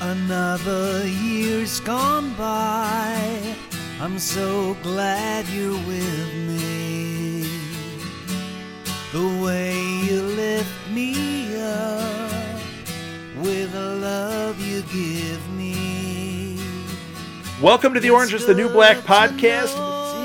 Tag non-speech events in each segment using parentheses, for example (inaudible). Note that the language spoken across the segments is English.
Another year's gone by. I'm so glad you're with me. The way you lift me up with the love you give me. Welcome to the Orange is the New Black podcast,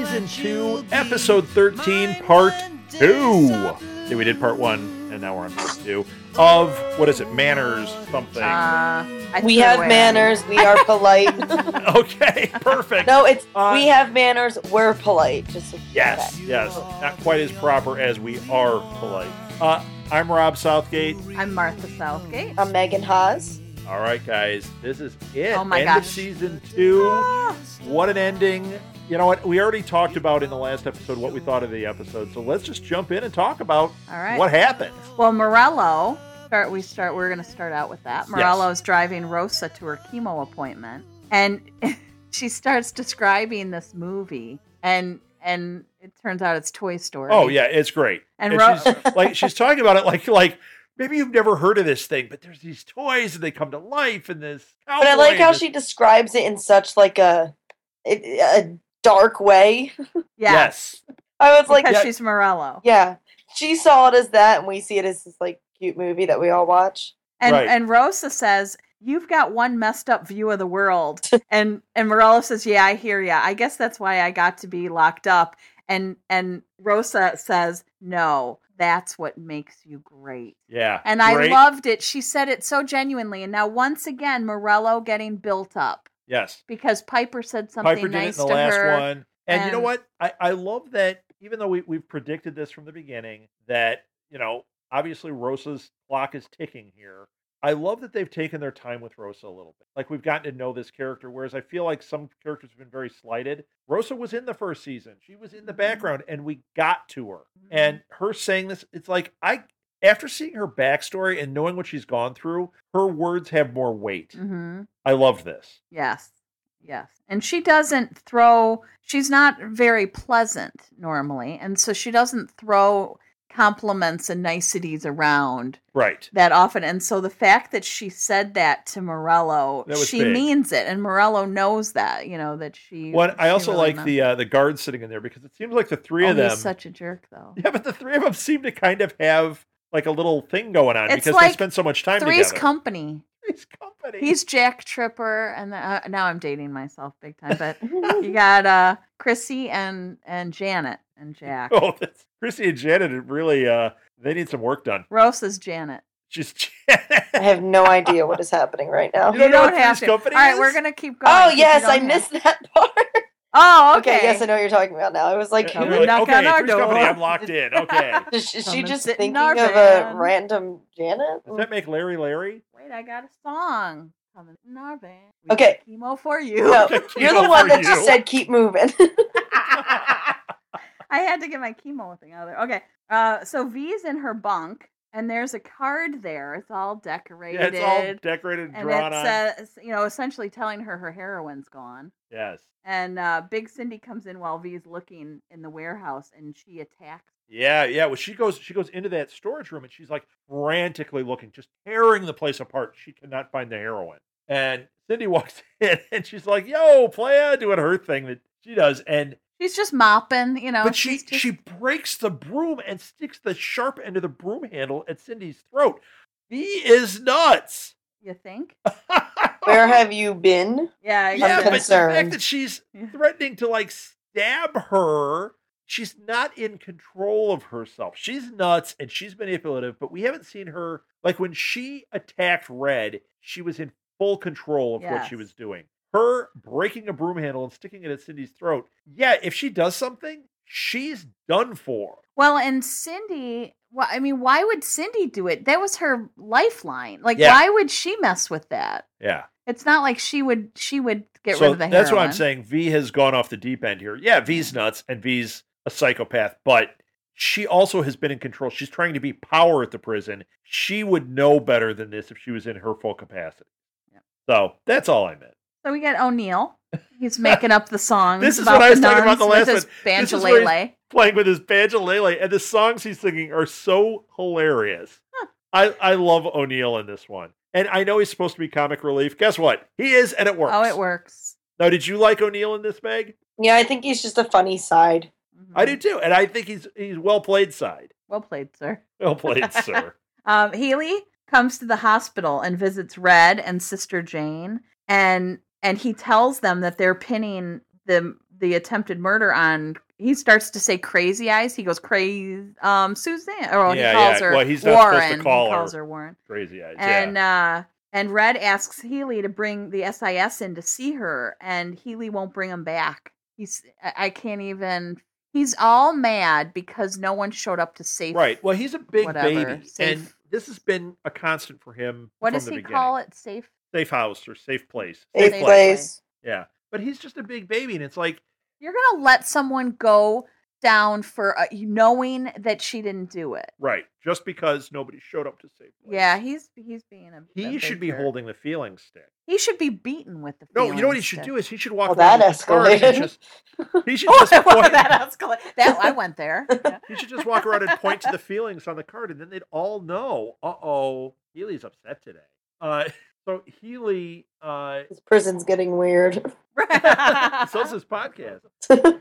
season 2, episode 13, part 2. Yeah, we did part 1, and now we're on part 2 of what is it, manners something. Uh, I We threw have away. manners. We are polite. (laughs) Okay, perfect. no, it's Uh, we have manners. We're polite. Just so- Yes, yes. Not quite as proper as we are polite. Uh, I'm Rob Southgate. I'm Martha Southgate. I'm Megan Haas. All right, guys, this is it. Oh my End of gosh. season two. Ah! What an ending. You know what? We already talked about in the last episode what we thought of the episode. So let's just jump in and talk about All right. what happened. Well, Morello. Start. We start. We're going to start out with that. Morello's driving Rosa to her chemo appointment, and (laughs) she starts describing this movie, and and it turns out it's Toy Story. Oh yeah, it's great. And Ro- she's, like she's talking about it like like maybe you've never heard of this thing, but there's these toys and they come to life and this But I cowboy like and how this- she describes it in such like a a dark way. (laughs) yeah. Yes. I was like, because Yeah. she's Morello. yeah, she saw it as that, and we see it as this like cute movie that we (laughs) all watch. And Right. and Rosa says, "You've got one messed up view of the world." (laughs) and and Morello says, "Yeah, I hear ya. I guess that's why I got to be locked up." And and Rosa says, "No, that's what makes you great." Yeah. And Great. I loved it. She said it so genuinely. And now once again, Morello getting built up Yes. because Piper said something Piper did nice it in the to last her. one. And, you know and- what? I, I love that even though we, we've predicted this from the beginning, that, you know, obviously Rosa's clock is ticking here. I love that they've taken their time with Rosa a little bit. Like we've gotten to know this character, whereas I feel like some characters have been very slighted. Rosa was in the first season. She was Mm-hmm. in the background and we got to her. And her saying this, it's like I after seeing her backstory and knowing what she's gone through, her words have more weight. Mm-hmm. I love this. Yes. Yes. And she doesn't throw, she's not very pleasant normally. And so she doesn't throw compliments and niceties around Right. that often. And so the fact that she said that to Morello, That was she big. means it. And Morello knows that, you know, that she. What I she also really like meant- the uh, the guards sitting in there because it seems like the three Oh, of them. He's such a jerk, though. (laughs) yeah, but the three of them seem to kind of have like a little thing going on It's because they like spend so much time Three's together. company. (laughs) Three's company. He's Jack Tripper, and the, uh, now I'm dating myself big time. (laughs) But you got uh, Chrissy and and Janet and Jack. (laughs) oh, that's, Chrissy and Janet are really uh they need some work done. (laughs) Rose is Janet. She's (laughs) I have no idea what is happening right now. You don't know what Three's to. company All right, is? we're gonna keep going. Oh if Oh, you yes, I don't have- missed that (laughs) part. Oh, Okay. okay. yes, I know what you're talking about now. I was like, Yeah, Come who they're and like, knock on okay, our Three's company, door." (laughs) I'm locked in. Okay. Is she, is she Come and just sit in thinking our of a van. random Janet? Does that make Larry Larry? (laughs) (laughs) Wait, I got a song. Coming in our van. We Okay. got Chemo for you. (laughs) No, Keep you're the it one for that just you. said (laughs) keep moving. (laughs) I had to get my chemo thing out of there. Okay. Uh, so V's in her bunk, and there's a card there. It's all (laughs) decorated. yeah, it's all decorated and and drawn it on. says, you know, essentially telling her her heroin's gone. yes. And uh, Big Cindy comes in while V's looking in the warehouse, and she attacks. Yeah, yeah. Well, she goes she goes into that storage room and she's like frantically looking, just tearing the place apart. She cannot find the heroin. And Cindy (laughs) walks in and she's like, "Yo, playa," doing her thing that she does. And She's just mopping, you know. but she she's just- she breaks the broom and sticks the sharp end of the broom handle at Cindy's throat. He is nuts. (laughs) you think? Where have you been? Yeah, I yeah, guess. but the fact concerned. that she's Yeah. threatening to like stab her, she's not in control of herself. She's nuts and she's manipulative, but we haven't seen her like when she attacked Red, she was in full control of what she Yes. was doing. Her breaking a broom handle and sticking it at Cindy's throat. Yeah, if she does something, she's done for. Well, and Cindy, well, I mean, why would Cindy do it? That was her lifeline. Like, Yeah. why would she mess with that? Yeah. It's not like she would she would get so rid of the heroin. that's what I'm saying. V has gone off the deep end here. Yeah, V's nuts and V's a psychopath, but she also has been in control. She's trying to be power at the prison. She would know better than this if she was in her full capacity. Yep. So that's all I meant. So we get O'Neill. (laughs) He's making up the songs. This is about what I was the talking about the nuns last with one. This his is where he's- banjolele. Playing with his banjolele and the songs he's singing are so hilarious. I, I love O'Neill in this one. And I know he's supposed to be comic relief. Guess what? He is, and it works. Oh, it works. Now, did you like O'Neill in this, Meg? Yeah, I think he's just a funny side. I Mhm. do too, and I think he's he's well played side. Well played, sir. Well (laughs) played, sir. Um, Healy comes to the hospital and visits Red and Sister Jane, and and he tells them that they're pinning the the attempted murder on. He starts to say "crazy eyes." He goes "crazy," um, Suzanne. Or Yeah, he calls yeah. her Well, he's not supposed to Warren. call he her. calls her Warren, Crazy eyes. and yeah. uh, and Red asks Healy to bring the SIS in to see her, and Healy won't bring him back. He's I I can't even. He's all mad because no one showed up to save Right. Well, he's a big whatever, baby, safe- and this has been a constant for him. What from does the he beginning. call it? Safe. Safe house or safe place. Safe Safe place. Yeah. But he's just a big baby, and it's like, You're gonna let someone go down for uh, knowing that she didn't do it. right, just because nobody showed up to save. place. Yeah, he's he's being a. a He big should be jerk. holding the feeling stick. He should be beaten with the. No, you know what feeling he should stick. do is he should walk. Well, Oh, that around with the card and escalated. (laughs) just- he should (laughs) Oh, (laughs) just that point- escalated. That (laughs) I went there. Yeah. He should just walk around and point to the feelings on the card, and then they'd all know. Uh oh, Healy's upset today. Uh, (laughs) so Healy uh, (laughs) This prison's getting weird. (laughs) Right. sells his podcast. So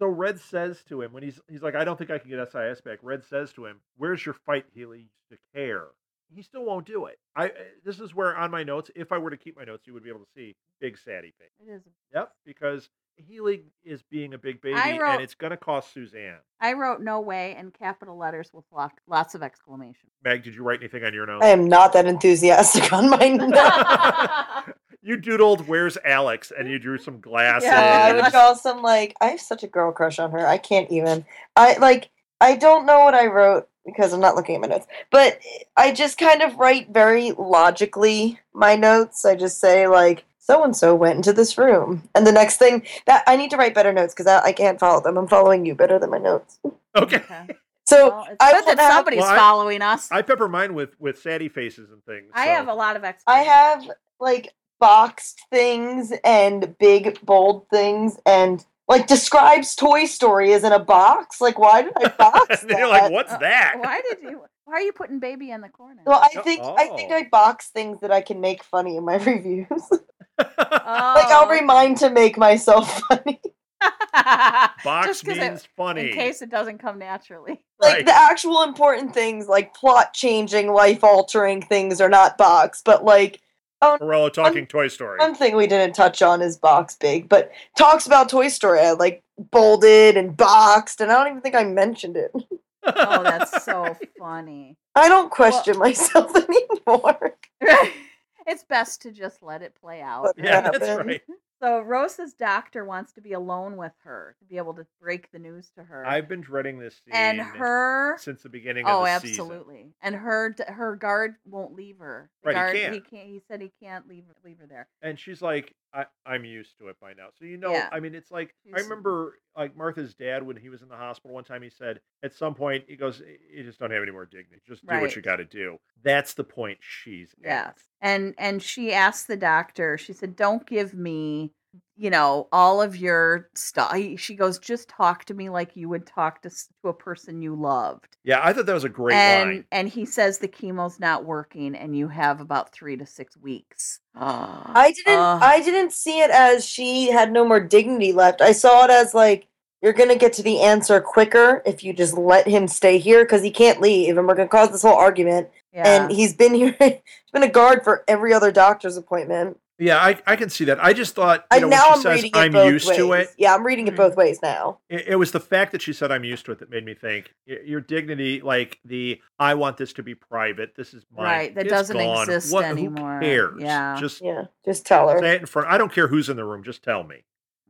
Red says to him when he's he's like, I don't think I can get SIS back. Red says to him, "Where's your fight, Healy? You used to care." He still won't do it. I uh, this is where on my notes, if I were to keep my notes, you would be able to see big saddy face. (laughs) It is- Yep, because Healy is being a big baby, wrote- and it's going to cost Suzanne. I wrote no way in capital letters with lo- lots (laughs) of exclamation. Meg, did you write anything on your notes? I am not that enthusiastic on (laughs) my notes. you doodled "Where's Alex" and you drew some glasses. (laughs) Yeah, I would Yes. call some like I have such a girl crush on her. I can't even. I like I don't know what I wrote because I'm not looking at my notes. But I just kind of write very logically my notes. I just say like so and so went into this room, and the next thing that I need to write better notes because I, I can't follow them. I'm following you better than my notes. (laughs) Okay, (laughs) So Well, it's I good will that have- somebody's Well, I- following us. I, I pepper mine with with saddy faces and things. so- have a lot of ex. I have like boxed things and big bold things and like describes Toy Story as in a box. Like why did I (laughs) box and then you're that? like, "What's Uh, that?" Why did you? Why are you putting baby in the corner? Well, I Yep. think I think Oh. I box things that I can make funny in my (laughs) reviews. like (laughs) Oh, Uh, (laughs) I'll okay. remind to make myself (laughs) funny. Box Just 'cause means it- funny. in case it doesn't come naturally. (laughs) Like Right. the actual important things, like plot changing, life altering things, are not box. But like Morello talking Toy Story. (laughs) one thing we didn't touch on is box big, but talks about Toy Story. I like bolded and boxed, and I don't even think I mentioned it. Oh, that's (laughs) so funny. I don't question (laughs) myself anymore. it's best to just let it play out. Let it yeah, that's (laughs) happen. right. So Rosa's doctor wants to be alone with her to be able to break the news to her. I've been dreading this scene and her since the beginning of Oh, the season. absolutely. And her d- her guard won't leave her. The Right, he guard can't. he said he can't leave leave her there. And she's like, I, I'm used to it by now. So you know, Yeah. I mean, it's like I She's- remember like Martha's dad when he was in the hospital one time. He said at some point he goes, "You just don't have any more dignity. Just do what Right. you got to do." That's the point she's Yes. at. And and she asked the doctor, she said, Don't give me, you know, all of your stuff. She goes, just talk to me like you would talk to, s- to a person you loved. Yeah, I thought that was a great and line. and he says the chemo's not working and you have about three to six weeks. Ah. I didn't Ugh. I didn't see it as she had no more dignity left. I saw it as like you're going to get to the answer quicker if you just let him stay here cuz he can't leave and we're going to cause this whole argument yeah. and he's been (laughs) here he's been a guard for every other doctor's appointment. Yeah, I, I can see that. I just thought you I know, now when I'm she says reading it I'm both used ways. to it, Hmm. Yeah, I'm reading it Mhm. both ways now. it, it was the fact that she said I'm used to it that made me think "Y- your dignity, like the I want this to be private. This is mine. Right, that It's doesn't gone. exist What- anymore. Who cares? Yeah. just Yeah, just tell her. say it in front. I don't care who's in the room. Just tell me.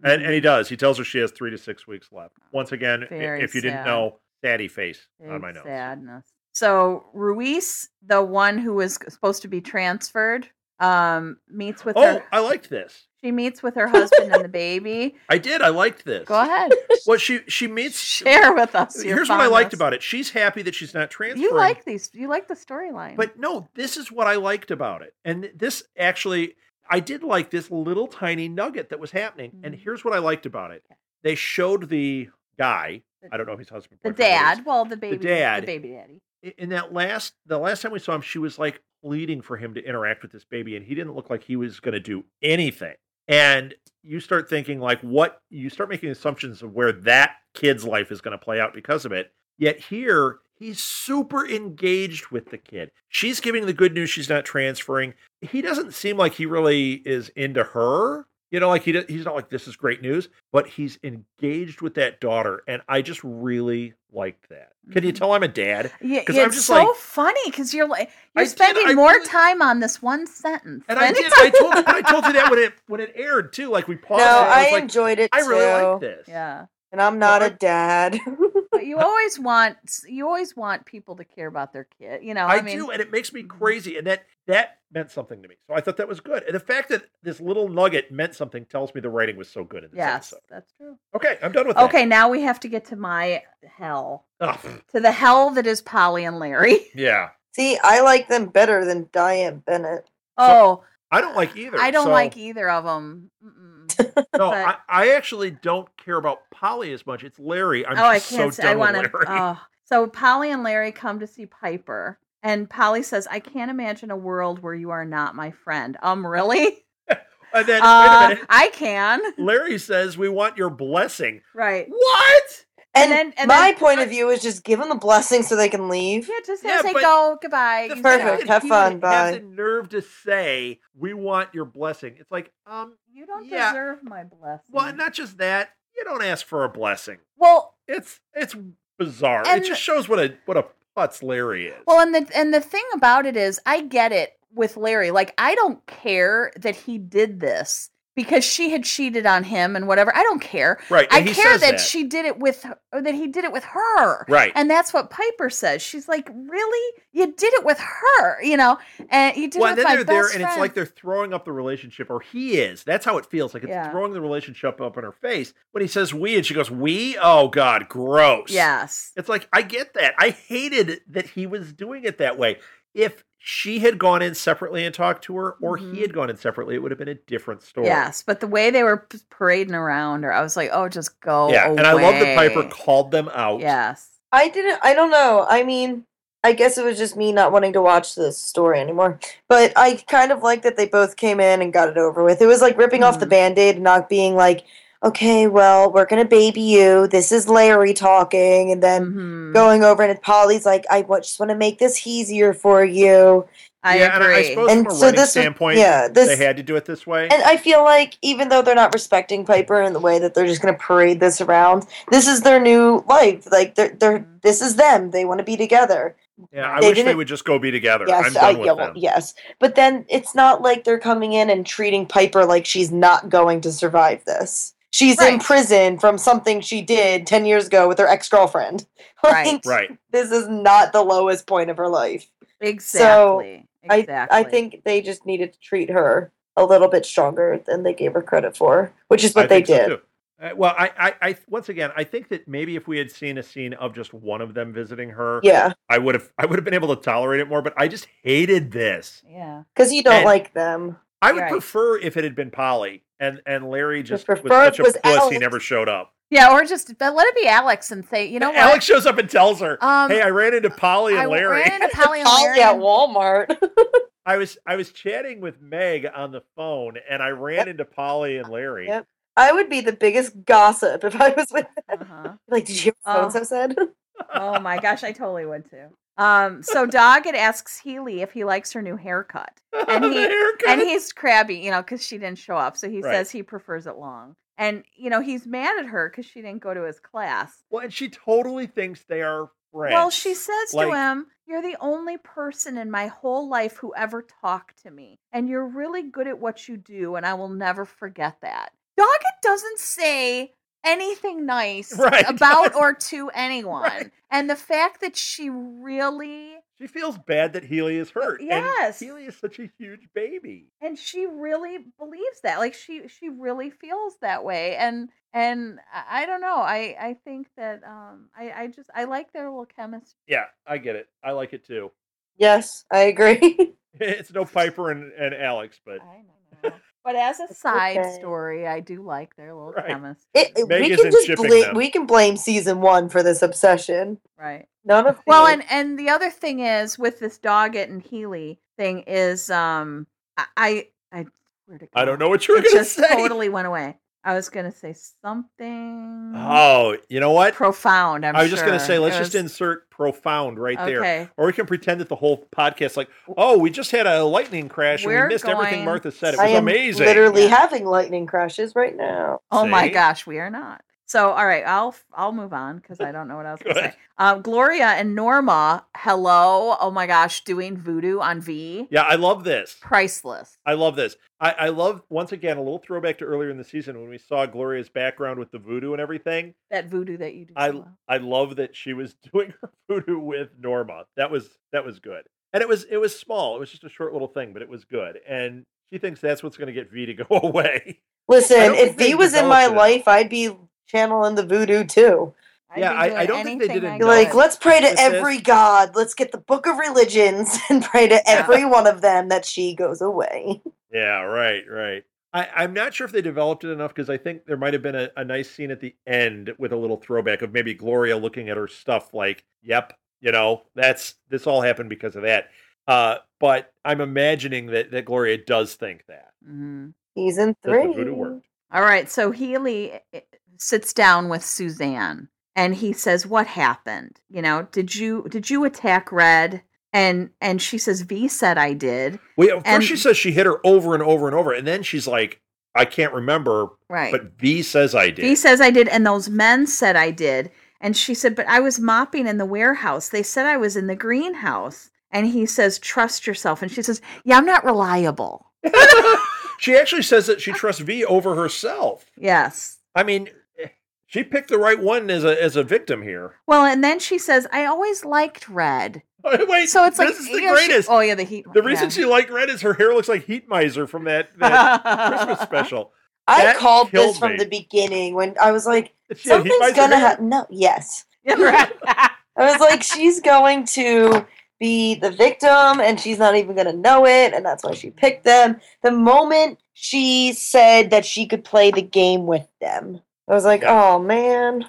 And and he does. He tells her she has three to six weeks left. Once again, i- Mm-hmm. Very if you didn't sad. know, daddy face on Big my notes. Sadness. So Ruiz, the one who was supposed to be transferred, um, meets with Oh, her. I liked this. She meets with her husband and the baby. I did. I liked this. Go ahead, Well, she she meets. share with us. your Here's what I liked fondness. about it. She's happy that she's not transferring. You like these. You like the storyline. But no, this is what I liked about it. And th- this actually, I did like this little tiny nugget that was happening. And Mhm. here's what I liked about it they showed the guy, I don't know if his husband, the boyfriend, what it dad, well, the baby, dad- the baby daddy. is, i- in that last the last time we saw him, she was like pleading for him to interact with this baby, and he didn't look like he was going to do anything. And you start thinking like what you start making assumptions of where that kid's life is going to play out because of it. Yet here he's super engaged with the kid. She's giving the good news she's not transferring. He doesn't seem like he really is into her. You know, like he do- he's not like this is great news, but he's engaged with that daughter, and I just really liked that. Can you Mhm. tell I'm a dad? Yeah, 'Cause I'm it's just so like- funny because you're like I you're did, spending I more really- time on this one sentence. And I than- (laughs) did. I told. I told you that when it when it aired too. Like we No, paused. and I, I was like, enjoyed it I too. really like this. Yeah, And I'm not Well, a dad. (laughs) but you always want you always want people to care about their kid. You know, I, I, mean, do, and it makes me Mhm. crazy. And that that meant something to me. So I thought that was good. And the fact that this little nugget meant something tells me the writing was so good in this yes, episode. that's true. Okay, I'm done with Okay, now we have to get to my hell, that. Okay. to the hell that is Polly and Larry. (laughs) yeah, See, I like them better than Diane Bennett. Oh, I don't like either. I don't so- like either of them. Mm-mm. No, but- I, I actually don't care about Polly as much. It's Larry. I'm oh, I just can't. so s- I done with want to. Larry. Oh. So Polly and Larry come to see Piper, and Polly says, "I can't imagine a world where you are not my friend." Um, really? (laughs) and then wait a Uh, minute. I can. Larry says, "We want your blessing." Right. What? And, then- and my then- point of view is just give them the blessing so they can leave. Yeah, just Yeah, say but go goodbye. The you fact Perfect. that Have he fun, would bye. Have the nerve to say, "We want your blessing." It's like, um, You don't Yeah. deserve my blessing. well, not just that. You don't ask for a blessing. well, It's it's bizarre. And- it just shows what a what a putz Larry is. well, and the and the thing about it is, I get it with Larry. Like, I don't care that he did this because she had cheated on him and whatever. I don't care. right. I and he care says that, she did it with her- or that he did it with her. Right. And that's what Piper says. She's like, really? You did it with her, you know? And you did well, it and with then my they're there, best and it's friend. like they're throwing up the relationship, or he is. That's how it feels. Like it's Yeah. throwing the relationship up in her face when he says "we," and she goes "we." Oh God, gross. yes. It's like I get that. I hated that he was doing it that way. If she had gone in separately and talked to her, or Mm-hmm. Mhm. he had gone in separately, it would have been a different story. Yes, but the way they were p- parading around her, I was like, oh, just go. yeah. And I love that Piper away. called them out. Yes. I didn't. I don't know. I mean, I guess it was just me not wanting to watch this story anymore. But I kind of like that they both came in and got it over with. It was like ripping off Mm-hmm. the Mhm. band aid and not being like, okay, well, we're gonna baby you. This is Larry talking, and then Mm-hmm. Mhm. going over and Polly's like, I wa- just want to make this easier for you. I yeah, agree. And I, I suppose And from a so writing this was- standpoint, yeah, this- they had to do it this way. And I feel like even though they're not respecting Piper in the way that they're just going to parade this around, this is their new life. Like they're, they're Mhm. this is them. They want to be together. yeah, I they wish they didn't- would just go be together. I'm Yes, done I, with yeah, them. well, yes. But then it's not like they're coming in and treating Piper like she's not going to survive this. She's in Right. prison from something she did 10 years ago with her ex girlfriend. (laughs) Right. Right. This is not the lowest point of her life. exactly. exactly. I, I think they just needed to treat her a little bit stronger than they gave her credit for, which is what I they think so, did. too. Uh, well, I, I, I, once again, I think that maybe if we had seen a scene of just one of them visiting her, Yeah, I would have, I would have been able to tolerate it more. But I just hated this. Yeah. because you don't And- like them. I would Right. prefer if it had been Polly and and Larry just was prefer such a it was puss he Alex. never showed up. Yeah, or just but let it be Alex and say, you know what? Alex shows up and tells her, Oh, um, "Hey, I ran into Polly and I Larry. (laughs) ran into Polly and Polly Larry. at and- Walmart. I was I was chatting with Meg on the phone, and I ran Yep. into Polly and Larry. (laughs) Yep. I would be the biggest gossip if I was with (laughs) them. Uh-huh. Like, did you hear what so Oh. and so said? (laughs) Oh my gosh, I totally would too. Um, so Doggett asks Healy if he likes her new haircut. And The he- haircut. and he's crabby, you know, because she didn't show up. So he Right. says he prefers it long. And, you know, he's mad at her because she didn't go to his class. well, and she totally thinks they are friends. Well, she says Like- to him, You're the only person in my whole life who ever talked to me. And you're really good at what you do. And I will never forget that. Doggett doesn't say anything (laughs) nice Right. about or to anyone. And the fact that she really she feels bad that Healy is hurt. and yes. Healy is such a huge baby. and she really believes that like she she really feels that way and and i I don't know i i think that um i i just i like their little chemistry Yeah, I get it. I like it too. (laughs) Yes, I agree. (laughs) It's no Piper and, and Alex, but i don't know But as a side okay. story, I do like their little Right. premise. It, it- Meg we can isn't just shipping bla- them. we can blame season one for this obsession. Right. None of Well, the- and and the other thing is with this Doggett and Healy thing is um I I I, swear to I God, don't know what you were it going to just say. totally went away. I was gonna say something Oh, you know what? profound. I'm Ah, I was just going to sure. say, It let's just was- insert profound right there. Okay. Or we can pretend that the whole podcast, like, oh, we just had a lightning crash and We're we missed everything going- Martha said. It I was am amazing. literally Yeah. having lightning crashes right now. Oh my See? gosh, we are not. So all right, I'll I'll move on (laughs) because I don't know what else to say. Good. Um, Gloria and Norma, hello. Oh my gosh, doing voodoo on V, Yeah, I love this. priceless. I love this. I, I love once again a little throwback to earlier in the season when we saw Gloria's background with the voodoo and everything. That voodoo that you do. so I well. I love that she was (laughs) doing her voodoo with Norma. That was that was good. And it was it was small. It was just a short little thing, but it was good. And she thinks that's what's going to get V to go (laughs) away. Listen, don't if think they V was in my developed it. life, I'd be channeling the voodoo too. I'd yeah, be I- I doing don't think they anything didn't I No. know. Like, could. let's pray to This is- every god. Let's get the book of religions (laughs) and pray to every one of them that she goes away. Yeah, right, right. I, I'm not sure if they developed it enough because I think there might have been a, a nice scene at the end with a little throwback of maybe Gloria looking at her stuff like, yep, you know, that's this all happened because of that. Uh, but I'm imagining that, that Gloria does think that. Mhm. Season that the three. voodoo worked. All right, so Healy eh, sits down with Suzanne and he says, "What happened? You know, did you did you attack Red?" And and she says, "V said I did." Well, yeah, first And- she says she hit her over and over and over, and then she's like, I can't remember, Right. but V says I did. V says I did and those men said I did. And she said, "But I was mopping in the warehouse. They said I was in the greenhouse." And he says, "Trust yourself." And she says, "Yeah, I'm not reliable." she actually says that she trusts V over herself. Yes. I mean, eh, she picked the right one as a as a victim here. Well, and then she says, "I always liked Red." (laughs) Wait, So it's like this is the you know, she- greatest. oh yeah, the heat. the reason yeah. she liked red is her hair looks like Heat Miser from (laughs) that, that Christmas (laughs) special. I That called killed this from me. the beginning when I was like, She had Heat something's Miser gonna hair. happen. No, yes. Yeah, right. I (laughs) was like, she's going to be the victim and she's not even going to know it. And that's why she picked them. The moment she said that she could play the game with them, I was like, Yeah. oh man.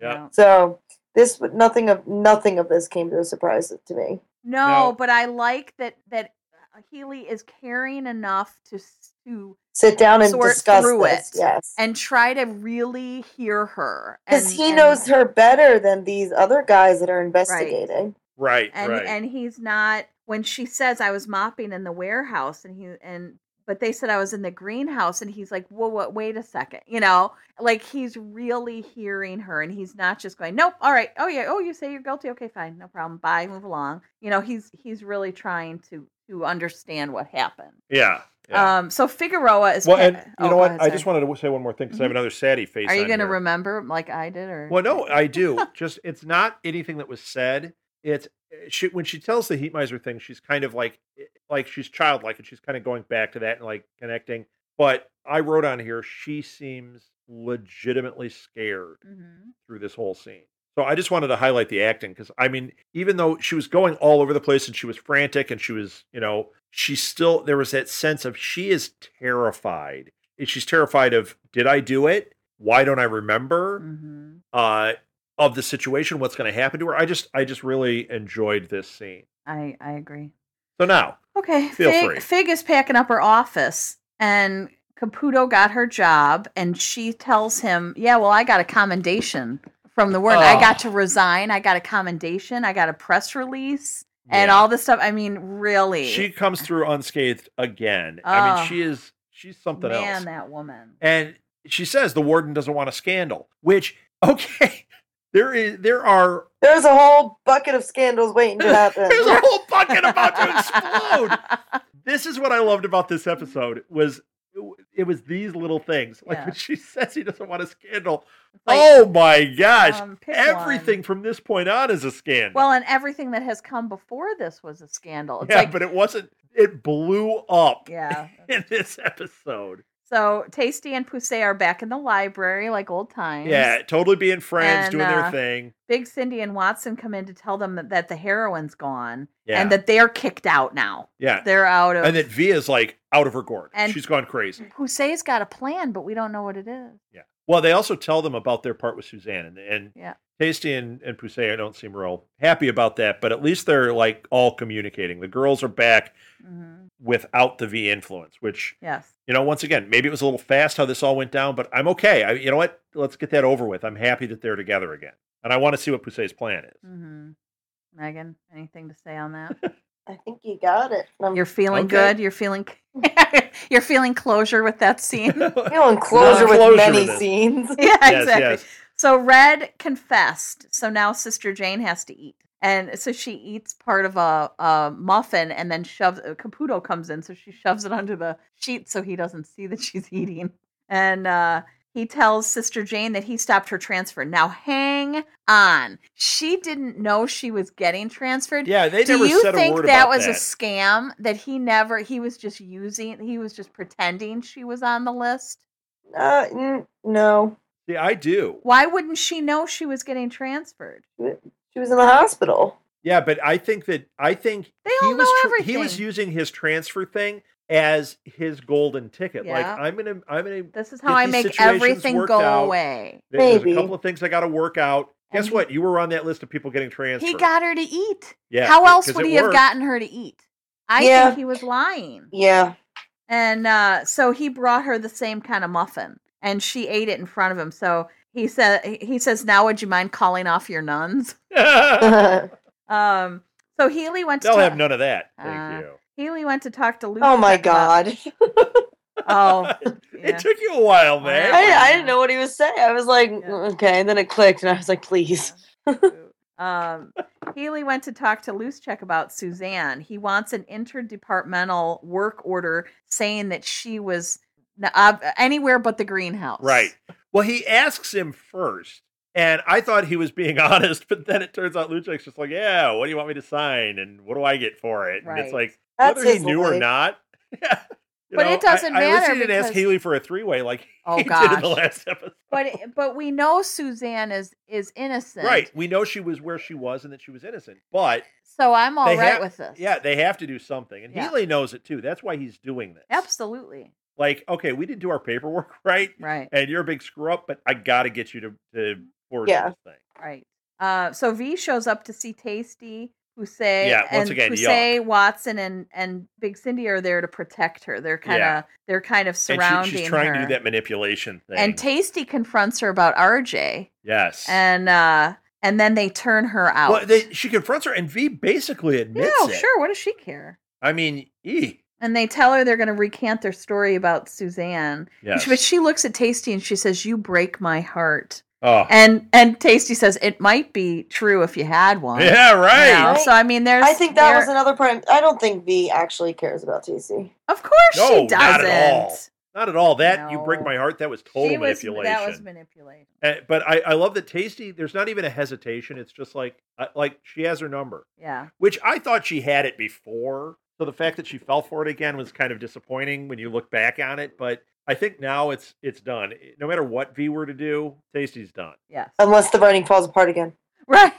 Yeah. So this nothing of nothing of this came to a surprise to me. No, Now- but I like that that uh, Healy is caring enough to s- to Sit down and Sort discuss through this. it. Yes. and try to really hear her Because and- he and- knows her better than these other guys that are investigating. Right, and right. and he's not when she says I was mopping in the warehouse and he and but they said I was in the greenhouse and he's like whoa what wait a second you know like he's really hearing her and he's not just going nope all right oh yeah oh you say you're guilty okay fine no problem bye move along you know he's he's really trying to to understand what happened yeah. yeah. Um, so Figueroa is. well, pa- and you oh, know go what? ahead, I just sorry. Mm-hmm. wanted to say one more thing because I have another saddie face. Are you on going to here. remember like I did, or Well, no, I do. Just it's not anything that was said. It's she when she tells the heat miser thing, she's kind of like like she's childlike and she's kind of going back to that and like connecting. But I wrote on here, she seems legitimately scared Mhm. through this whole scene. So I just wanted to highlight the acting because I mean, even though she was going all over the place and she was frantic and she was, you know, she still there was that sense of she is terrified. And She's terrified of did I do it? Why don't I remember? Mhm. uh, of the situation, what's going to happen to her. I just, I just really enjoyed this scene. I I agree. So now, Okay, Feel Fig, free. Fig is packing up her office, and Caputo got her job, and she tells him, "Yeah, well, I got a commendation from the word. I Oh. got to resign. I got a commendation. I got a press release, and yeah, all this stuff. I mean, really, she comes through unscathed again. I Oh. mean, she is, she's something man, else. that woman. And she says the warden doesn't want a scandal. Which, okay, (laughs) there is, there are, There's a whole bucket of scandals waiting (laughs) to happen. there's a whole bucket about to explode. this is what I loved about this episode was. It was these little things, like Yeah. when she (laughs) says he doesn't want a scandal. (laughs) It's like, oh my gosh! um, pick one. Everything from this point on is a scandal. Well, and everything that has come before this was a scandal. It's yeah, (laughs) like, but it wasn't. It blew up yeah, in this episode. So Tasty and Poussey are back in the library like old times. Yeah, totally being friends, And, doing uh, their thing. Big Cindy and Watson come in to tell them that, that the heroin's gone Yeah, and that they are kicked out now. yeah. They're out of. And that Via's like out of her gourd. And- She's gone crazy. Poussey's got a plan, but we don't know what it is. Yeah. Well, they also tell them about their part with Suzanne, and, and Yeah. Tasty and, and Poussey I don't seem real happy about that, but at least they're like all communicating. The girls are back hmm without the V influence, which Yes. you know, once again, maybe it was a little fast how this all went down, but I'm okay. I, you know what? Let's get that over with. I'm happy that they're together again, and I want to see what Poussey's plan is. hmm Megan, anything to say on (laughs) that? I think you got it. I'm You're feeling Okay. good. You're feeling. (laughs) you're feeling closure with that scene. Mm-hmm. (laughs) yeah, (laughs) feeling closure closure with many with it. scenes. exactly. So Red confessed. So now Sister Jane has to eat. And so she eats part of a, a muffin and then shoves uh, Caputo comes in, so she shoves it under the sheet so he doesn't see that she's (laughs) eating. And uh he tells Sister Jane that he stopped her transfer. Now hang on. She didn't know she was getting transferred. Yeah, they Do never you said a think word that about was that. a scam that he never he was just using he was just pretending she was on the list? Uh, n- no, yeah, I do. Why wouldn't she know she was getting transferred? she was in the hospital. Yeah, but I think that I think They he all was know tr- he was everything. using his transfer thing as his golden ticket. Like Yeah. I'm gonna I'm gonna This is how Get I these make situations everything worked go out. away. there's a Maybe. couple of things I got to work out. And Guess he- what? You were on that list of people getting transferred. He got her to eat. yeah. how else 'cause would it he (laughs) have worked. gotten her to eat? I Yeah. think he was lying. Yeah, And uh, so he brought her the same kind of muffin, and she ate it in front of him. So he said, he- "He says, now would you mind calling off your nuns?" Ah. (laughs) oh Um, so Healy went. To They'll ta- have none of that. Thank Uh, you. Healy went to talk to Luke. my about- god, (laughs) Oh, yeah. (laughs) It took you a while, man. Wow. I, (laughs) I didn't know what he was saying. I was like, "Mm, Yeah. okay, and then it clicked, and I was like, please. (laughs) Yeah. um, Healy went to talk to Loosecheck about Suzanne. He wants an interdepartmental work order saying that she was n- ob- anywhere but the greenhouse. Right. Well, he asks him first, and I thought he was being (laughs) honest, but then it turns out Luchek's just like, "Yeah, what do you want me to sign, and what do I get for it?" And it's Right. like That's whether he his knew or life. not. (laughs) yeah, you But it doesn't I, I at least matter he didn't ask because- Haley for a three-way like (laughs) Oh, he did in the gosh. last episode. But it- but we know Suzanne is is innocent. Right. We know she was where she was and that she was innocent, but So I'm all They right have- with this. yeah, they have to do something, and Yeah. Haley knows it too. That's why he's doing this. Absolutely. Like, okay, we didn't do our paperwork (laughs) right, Right. and you're a big screw up, but I got to get you to to forward Yeah. this thing. Right. Uh, so V shows up to see Tasty, Hussein, Yeah, once and again, Hussein, Watson, and and Big Cindy are there to protect her. They're kind of Yeah. they're kind of And surrounding she, she's trying her. to do that manipulation thing. And Tasty confronts her about RJ, yes, and uh, and then they turn her out. well, they, she confronts her, and V basically no, admits it. sure. What does she care? I mean, (laughs) e And they tell her they're going to recant their story about Suzanne, yes. but she looks at Tasty and she says, "You break my heart." oh, (laughs) And and Tasty says, "It might be true if you had one." yeah, You right. know, Right. So I mean, there's I think that there- was another prime. I don't think V actually cares about TC. Of course she No, not doesn't. at all. Not at all. That you break No. my heart. That was total She was, manipulation. that was manipulation. Uh, but I, I love that Tasty. There's not even a hesitation. It's just like I- like she has her number, Yeah. which I thought she had it before. So the fact that she fell for it again was kind of disappointing when you look back on it. But I think now it's it's done. Eh, No matter what V were to do, Tasty's done. (laughs) Yes. Unless the writing falls apart again. (laughs) right.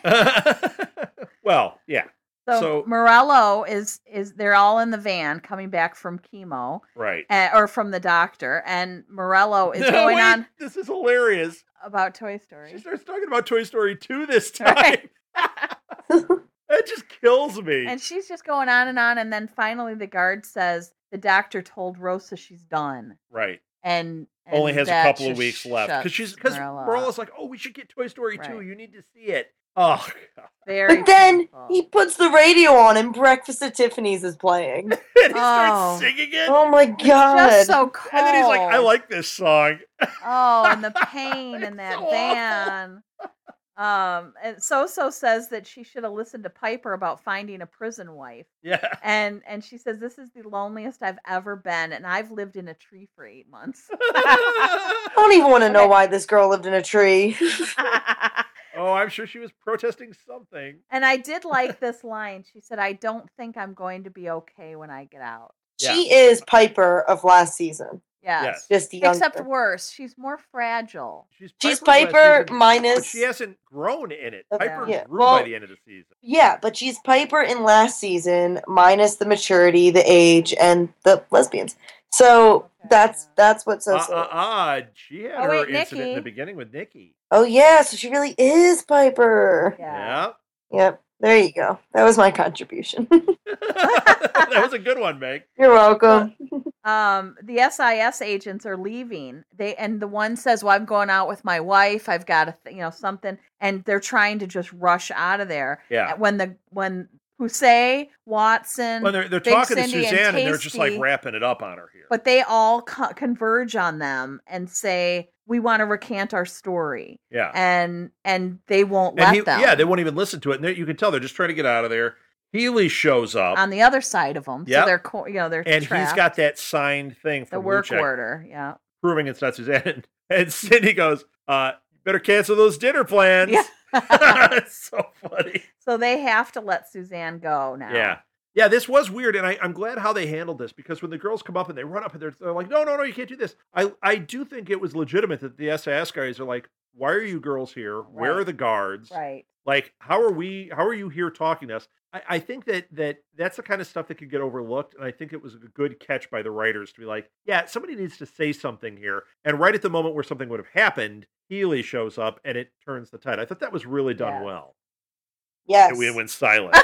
well, yeah, So, so- Morello is is they're all in the van coming back from chemo right. uh, or from the doctor, and (laughs) Morello is going Wait, on This is hilarious. about Toy She Story. starts talking about Toy Story 2 this time. (laughs) (laughs) Right. that just kills me. And she's just going on and on, and then finally the guard says the doctor told Rosa she's done, right. and, and only has a that couple of just weeks left because shuts she's because Morello up. Morales like, oh, we should get Toy Story two. Right. You need to see it. Oh, (laughs) God. Very But then painful. he puts the radio on and Breakfast at Tiffany's (laughs) is playing. and he Oh. starts singing it, Oh my god. just so cold. and then he's like, I like this song. Oh, (laughs) and the pain It's in that so awful. van. Um, and Soso says that she should have listened to Piper about finding a prison wife, (laughs) Yeah, and and she says this is the loneliest I've ever been, and I've lived in a tree for eight months. I don't even want to know Okay. why this girl lived in a tree. oh, I'm sure she was protesting something. and I did like this line. She said, "I don't think I'm going to be okay when I get out." Yeah. She is Piper of last season. Yes. Just younger. Except worse, she's more fragile. She's Piper, she's last Piper season, but minus. she hasn't grown in it. Okay. Piper Yeah. grew by Well- the end of the season. Yeah, but she's Piper in last season minus the maturity, the age, and the lesbians. So Okay, that's yeah. that's what's so. Uh, uh, uh, she had Oh, her wait, incident in the Nikki. beginning with Nikki. oh yeah, so she really is Piper. Yeah. Yep. There you go. That was my contribution. (laughs) (laughs) that was a good one, Meg. You're welcome. (laughs) um the SIS agents are leaving. They and the one says, "Well, I'm going out with my wife. I've got a th- you know something," and they're trying to just rush out of there. Yeah. When the when Hussein Watson, Well, they're, they're Big talking to Cindy and Suzanne, and, they're just like Tasty. wrapping it up on her here. but they all co- converge on them and say, "We want to recant our story," yeah. and and they won't And let he, them. yeah, they won't even listen to it. And they- you can tell they're just trying to get out of there. Healy shows up, on the other side of them. Yep. So they're co- you know they're and trapped. he's got that signed thing the from work Luchek order. Yeah. (laughs) (laughs) proving it's not Suzanne. (laughs) And, Cindy goes, uh, "You "Better cancel those dinner plans." (laughs) it's so funny. so they have to let Suzanne go now. Yeah. Yeah, this was weird, and I, I'm glad how they handled this because when the girls come up and they run up and they're, they're like, "No, no, no, you can't do this." I, I do think it was legitimate that the SAS guys are like, "Why are you girls here? Where Right. are the guards? (laughs) Right. Like, how are we? How are you here talking to us?" I, I think that that that's the kind of stuff that could get overlooked, and I think it was a good catch by the writers to be like, "Yeah, somebody needs to say something here." And right at the moment where something would have happened, Healy shows up and it turns the tide. I thought that was really done Yeah. well. Yes. And we (laughs) went silent.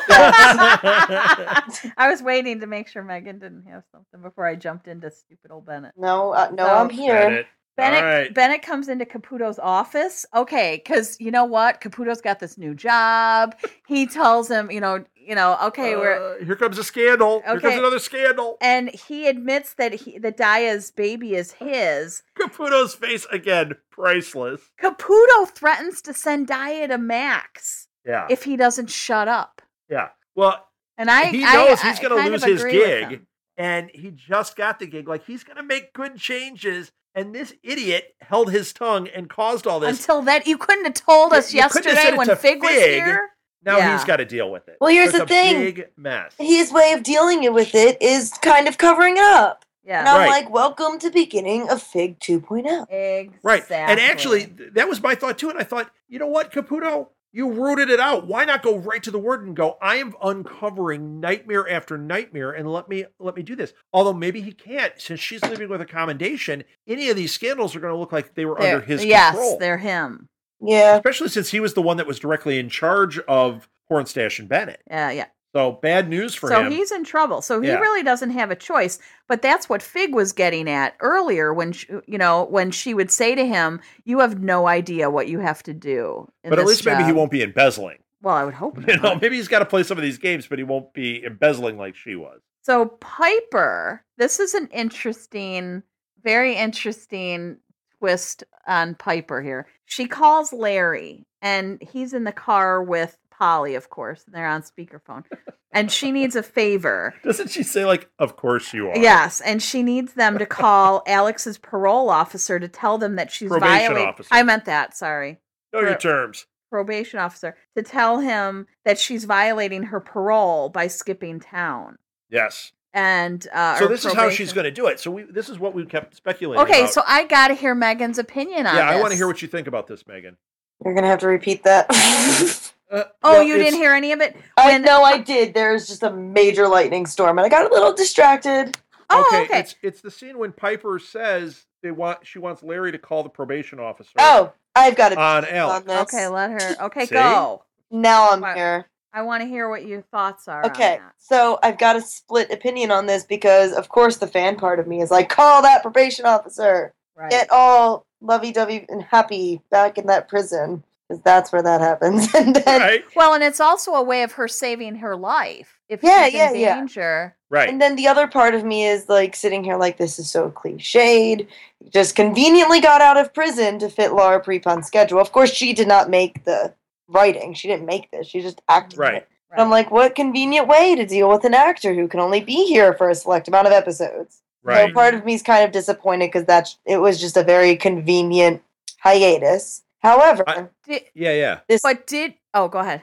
(laughs) I was waiting to make sure Megan didn't have something before I jumped into stupid old Bennett. No, uh, no, So- I'm Got here. it. Bennett All right. Bennett comes into Caputo's office. Okay, because you know what? Caputo's got this new job. He tells him, you know, you know, okay, we're Uh, here comes a scandal. Here comes Okay. another scandal. and he admits that he that Daya's baby is his. Caputo's face again, priceless. Caputo threatens to send Daya to Max Yeah. if he doesn't shut up. yeah. Well, And I He I- knows I he's gonna kind of lose his agree with gig. him. and he just got the gig. Like he's gonna make good changes. And this idiot held his tongue and caused all this. Until then, you couldn't have told You- us you couldn't have said yesterday it when to Fig, was Fig. here. now yeah. he's got to deal with it. Well, here's So it's the thing. A big mess. His way of dealing it with it is kind of covering it up. Yeah, And I'm Right. like, welcome to beginning of Fig oh." 2.0. exactly. Right. And actually, th- that was my thought too. And I thought, you know what, Caputo, you rooted it out. Why not go right to the word and go, I am uncovering nightmare after nightmare and let me let me do this. Although maybe he can't, since she's living with accommodation, any of these scandals are gonna look like they were They're- under his yes, control. they're him. Yeah. Especially since he was the one that was directly in charge of Hornstash and Bennett. Yeah, yeah. So bad news for so him. he's in trouble. So he Yeah. really doesn't have a choice. But that's what Fig was getting at earlier when she, you know when she would say to him, "You have no idea what you have to do." in but at this least maybe he job." won't be embezzling. (laughs) Well, I would hope You know, not. maybe he's got to play some of these games, but he won't be embezzling like she was. So Piper, this is an interesting, very interesting twist on Piper here. She calls Larry, and he's in the car with Polly, of course, and they're on speakerphone. And she needs a favor. Doesn't she say like, "Of course you are"? Yes, and she needs them (laughs) to call Alex's parole officer to tell them that she's Probation violating. officer. I meant that. Sorry know your Right. terms. probation officer to tell him that she's violating her parole by skipping town Yes. and uh so or this is how she's probation. going to do it. So we this is what we kept speculating. Okay, about. so I got to hear Megan's opinion on yeah, I want to this. hear what you think about this, Megan. You're going to have to repeat that. (laughs) Uh, Oh, well, you it's- didn't hear any of it? I When- know I did. There was just a major lightning storm, and I got a little distracted. Oh, okay. It's it's the scene when Piper says they want she wants Larry to call the probation officer. Oh, I've got a on Alex. on this. Okay, let her. Okay, See? go. Now I'm Wow. here. I want to hear what your thoughts are. on Okay, that. so I've got a split opinion on this because, of course, the fan part of me is like, call that probation officer. Right. Get all lovey dovey and happy back in that prison because that's where that happens. (laughs) and then, Right. Well, and it's also a way of her saving her life if Yeah, she's yeah, in yeah. danger. Right. and then the other part of me is like sitting here like, this is so cliched. Just conveniently got out of prison to fit Laura Prepon's schedule. Of course, she did not make the writing. She didn't make this. She just acted. Right. it. And I'm like, what convenient way to deal with an actor who can only be here for a select amount of episodes. So Right. part of me is kind of disappointed because that's it was just a very convenient hiatus. However, I- I, Did, Yeah. Yeah. but did oh, go ahead.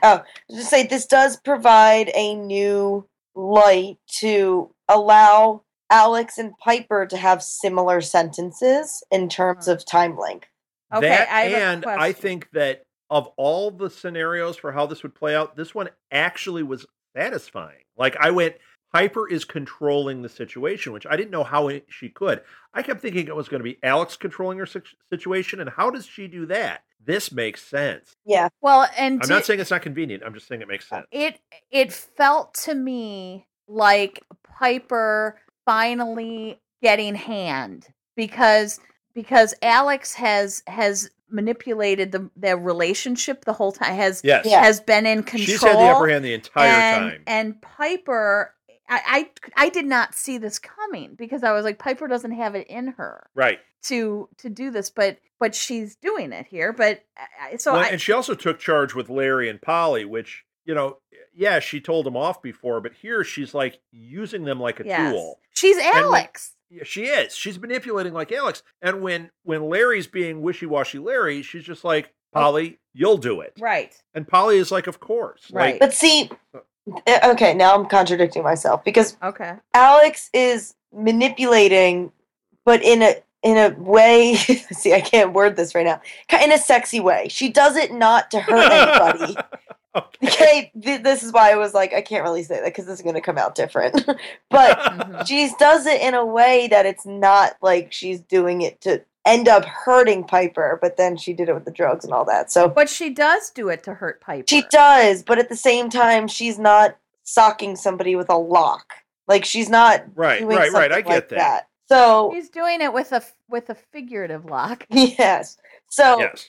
just say this does provide a new light to allow Alex and Piper to have similar sentences in terms of time length. Okay, that, I have a and I question. think that of all the scenarios for how this would play out, this one actually was satisfying. Like I went, Piper is controlling the situation, which I didn't know how it, she could. I kept thinking it was going to be Alex controlling her situ- situation, and how does she do that? This makes sense. Yeah. Well, and I'm do- Uh, not saying it's not convenient. I'm just saying it makes sense. it it felt to me like Piper finally getting hand because because Alex has has manipulated the their relationship the whole time has Yes, Yeah. has been in control. she's had the upper hand the entire and, time. And Piper, I, I I did not see this coming because I was like, Piper doesn't have it in her right. to to do this, but but she's doing it here. But I- I- so Well, I, and she also took charge with Larry and Polly, which you know, yeah, she told them off before, but here she's like using them like a yes. tool. she's when- Alex. Yeah, she is. She's manipulating like Alex. And when when Larry's being wishy washy, Larry, she's just like Polly, you'll do it. right. And Polly is like, of course. Right. Like, But see, eh, okay, now I'm contradicting myself because Okay. Alex is manipulating, but in a in a way. (laughs) see, I can't word this right now. Ki- In a sexy way. She does it not to (laughs) hurt anybody. (laughs) Okay, th- this is why I was like, I can't really say that because this is going to come out different. (laughs) but (laughs) Mhm. she does it in a way that it's not like she's doing it to end up hurting Piper, but then she did it with the drugs and all that. So But she does do it to hurt Piper. she does, but at the same time, she's not socking somebody with a lock. Like she's not (laughs) right, doing right, right. I something get like that. So She's doing it with a f- with a figurative (laughs) lock yes, so Yes.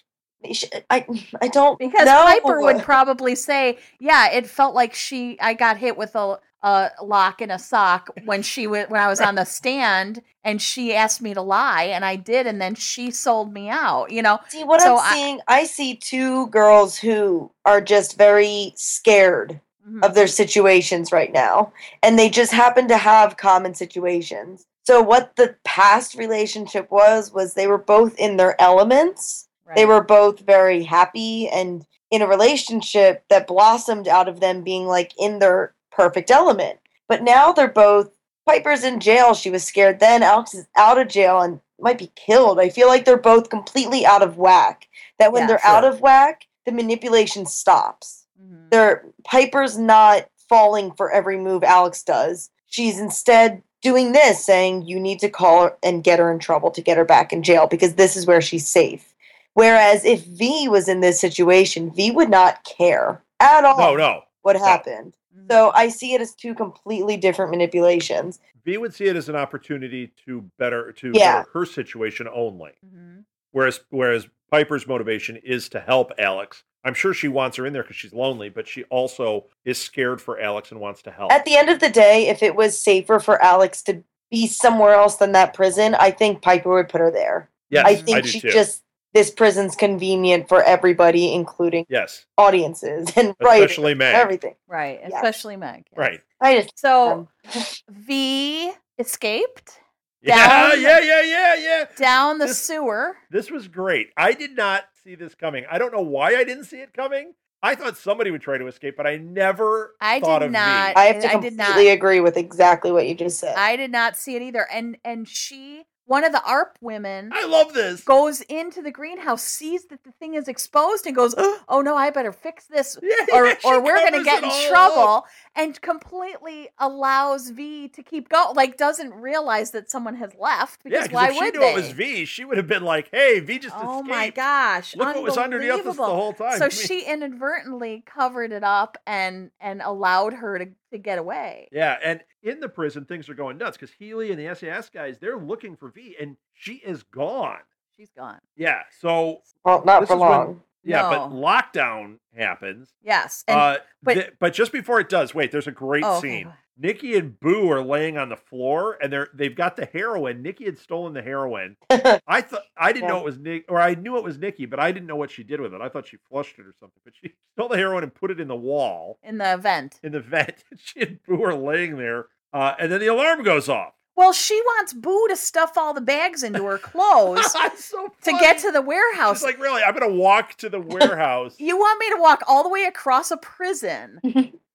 sh I I don't because know. Piper would probably say, "Yeah, it felt like she I got hit with a a lock and a sock when she wa- when I was on the stand and she asked me to lie and I did and then she sold me out." You know, See what So I- I'm seeing. I see two girls who are just very scared Mhm. of their situations right now and they just happen to have common situations so what the past relationship was was they were both in their elements they Right. were both very happy and in a relationship that blossomed out of them being like in their perfect element but now they're both piper's in jail she was scared then alex is out of jail and might be killed i feel like they're both completely out of whack that when Yeah, they're sure. out of whack the manipulation stops Mhm. they're Piper's not falling for every move Alex does. She's instead doing this, saying you need to call her and get her in trouble to get her back in jail because this is where she's safe. Whereas if V was in this situation, V would not care at all No, no. what happened. Mm-hmm. So I see it as two completely different manipulations. V would see it as an opportunity to better to Yeah. better her situation only. Mhm. Whereas whereas Piper's motivation is to help Alex. I'm sure she wants her in there because she's lonely, but she also is scared for Alex and wants to help. At the end of the day, if it was safer for Alex to be somewhere else than that prison, I think Piper would put her there. yes, I Yes, think do she too. just this prison's convenient for everybody, including yes, audiences and (laughs) writers, especially Meg. everything. Right, Yes. especially Meg. yes. Right. I just So um, V escaped (laughs) Yeah, down- yeah, yeah, yeah, yeah. down the This- sewer. This was great. I did not see this coming. I don't know why I didn't see it coming. I thought somebody would try to escape, but I never I thought did of not. me. I have to I did not- completely agree with exactly what you just said. I did not see it either. And and she, one of the ARP women, I love this. (laughs) goes into the greenhouse, sees that the thing is exposed, and goes, "Oh no, I better fix this, (laughs) Yeah, or she or we're gonna covers get it in all up. trouble." And completely allows V to keep going, like doesn't realize that someone has left Yeah, because 'cause why if she would knew they? it was V, she would have been like, "Hey, V just oh escaped. my gosh! Look what was underneath us the unbelievable. whole time." I So mean, she inadvertently covered it up and and allowed her to, to get away. Yeah, and in the prison, things are going nuts because Healy and the SAS guys they're looking for V, and she is gone. She's gone. Yeah, so well, not this for is when- long. yeah, but No. lockdown happens. Yes, and uh, but- but but just before it does, wait. There's a great Oh, okay, scene. go ahead. Nikki and Boo are laying on the floor, and they're they've got the heroin. Nikki had stolen the (laughs) heroin. I thought I didn't Yeah. know it was Nick, or I knew it was Nikki, but I didn't know what she did with it. I thought she flushed it or something, but she (laughs) stole the heroin and put it in the wall (sighs) in the event. in the vent. she (laughs) and Boo are laying there, uh, and then the alarm goes (laughs) off. Well, she wants Boo to stuff all the bags into (laughs) her clothes It's so to get funny. to the warehouse. She's like, (laughs) really? I'm gonna walk to the warehouse. (laughs) you want me to walk all the way across a prison,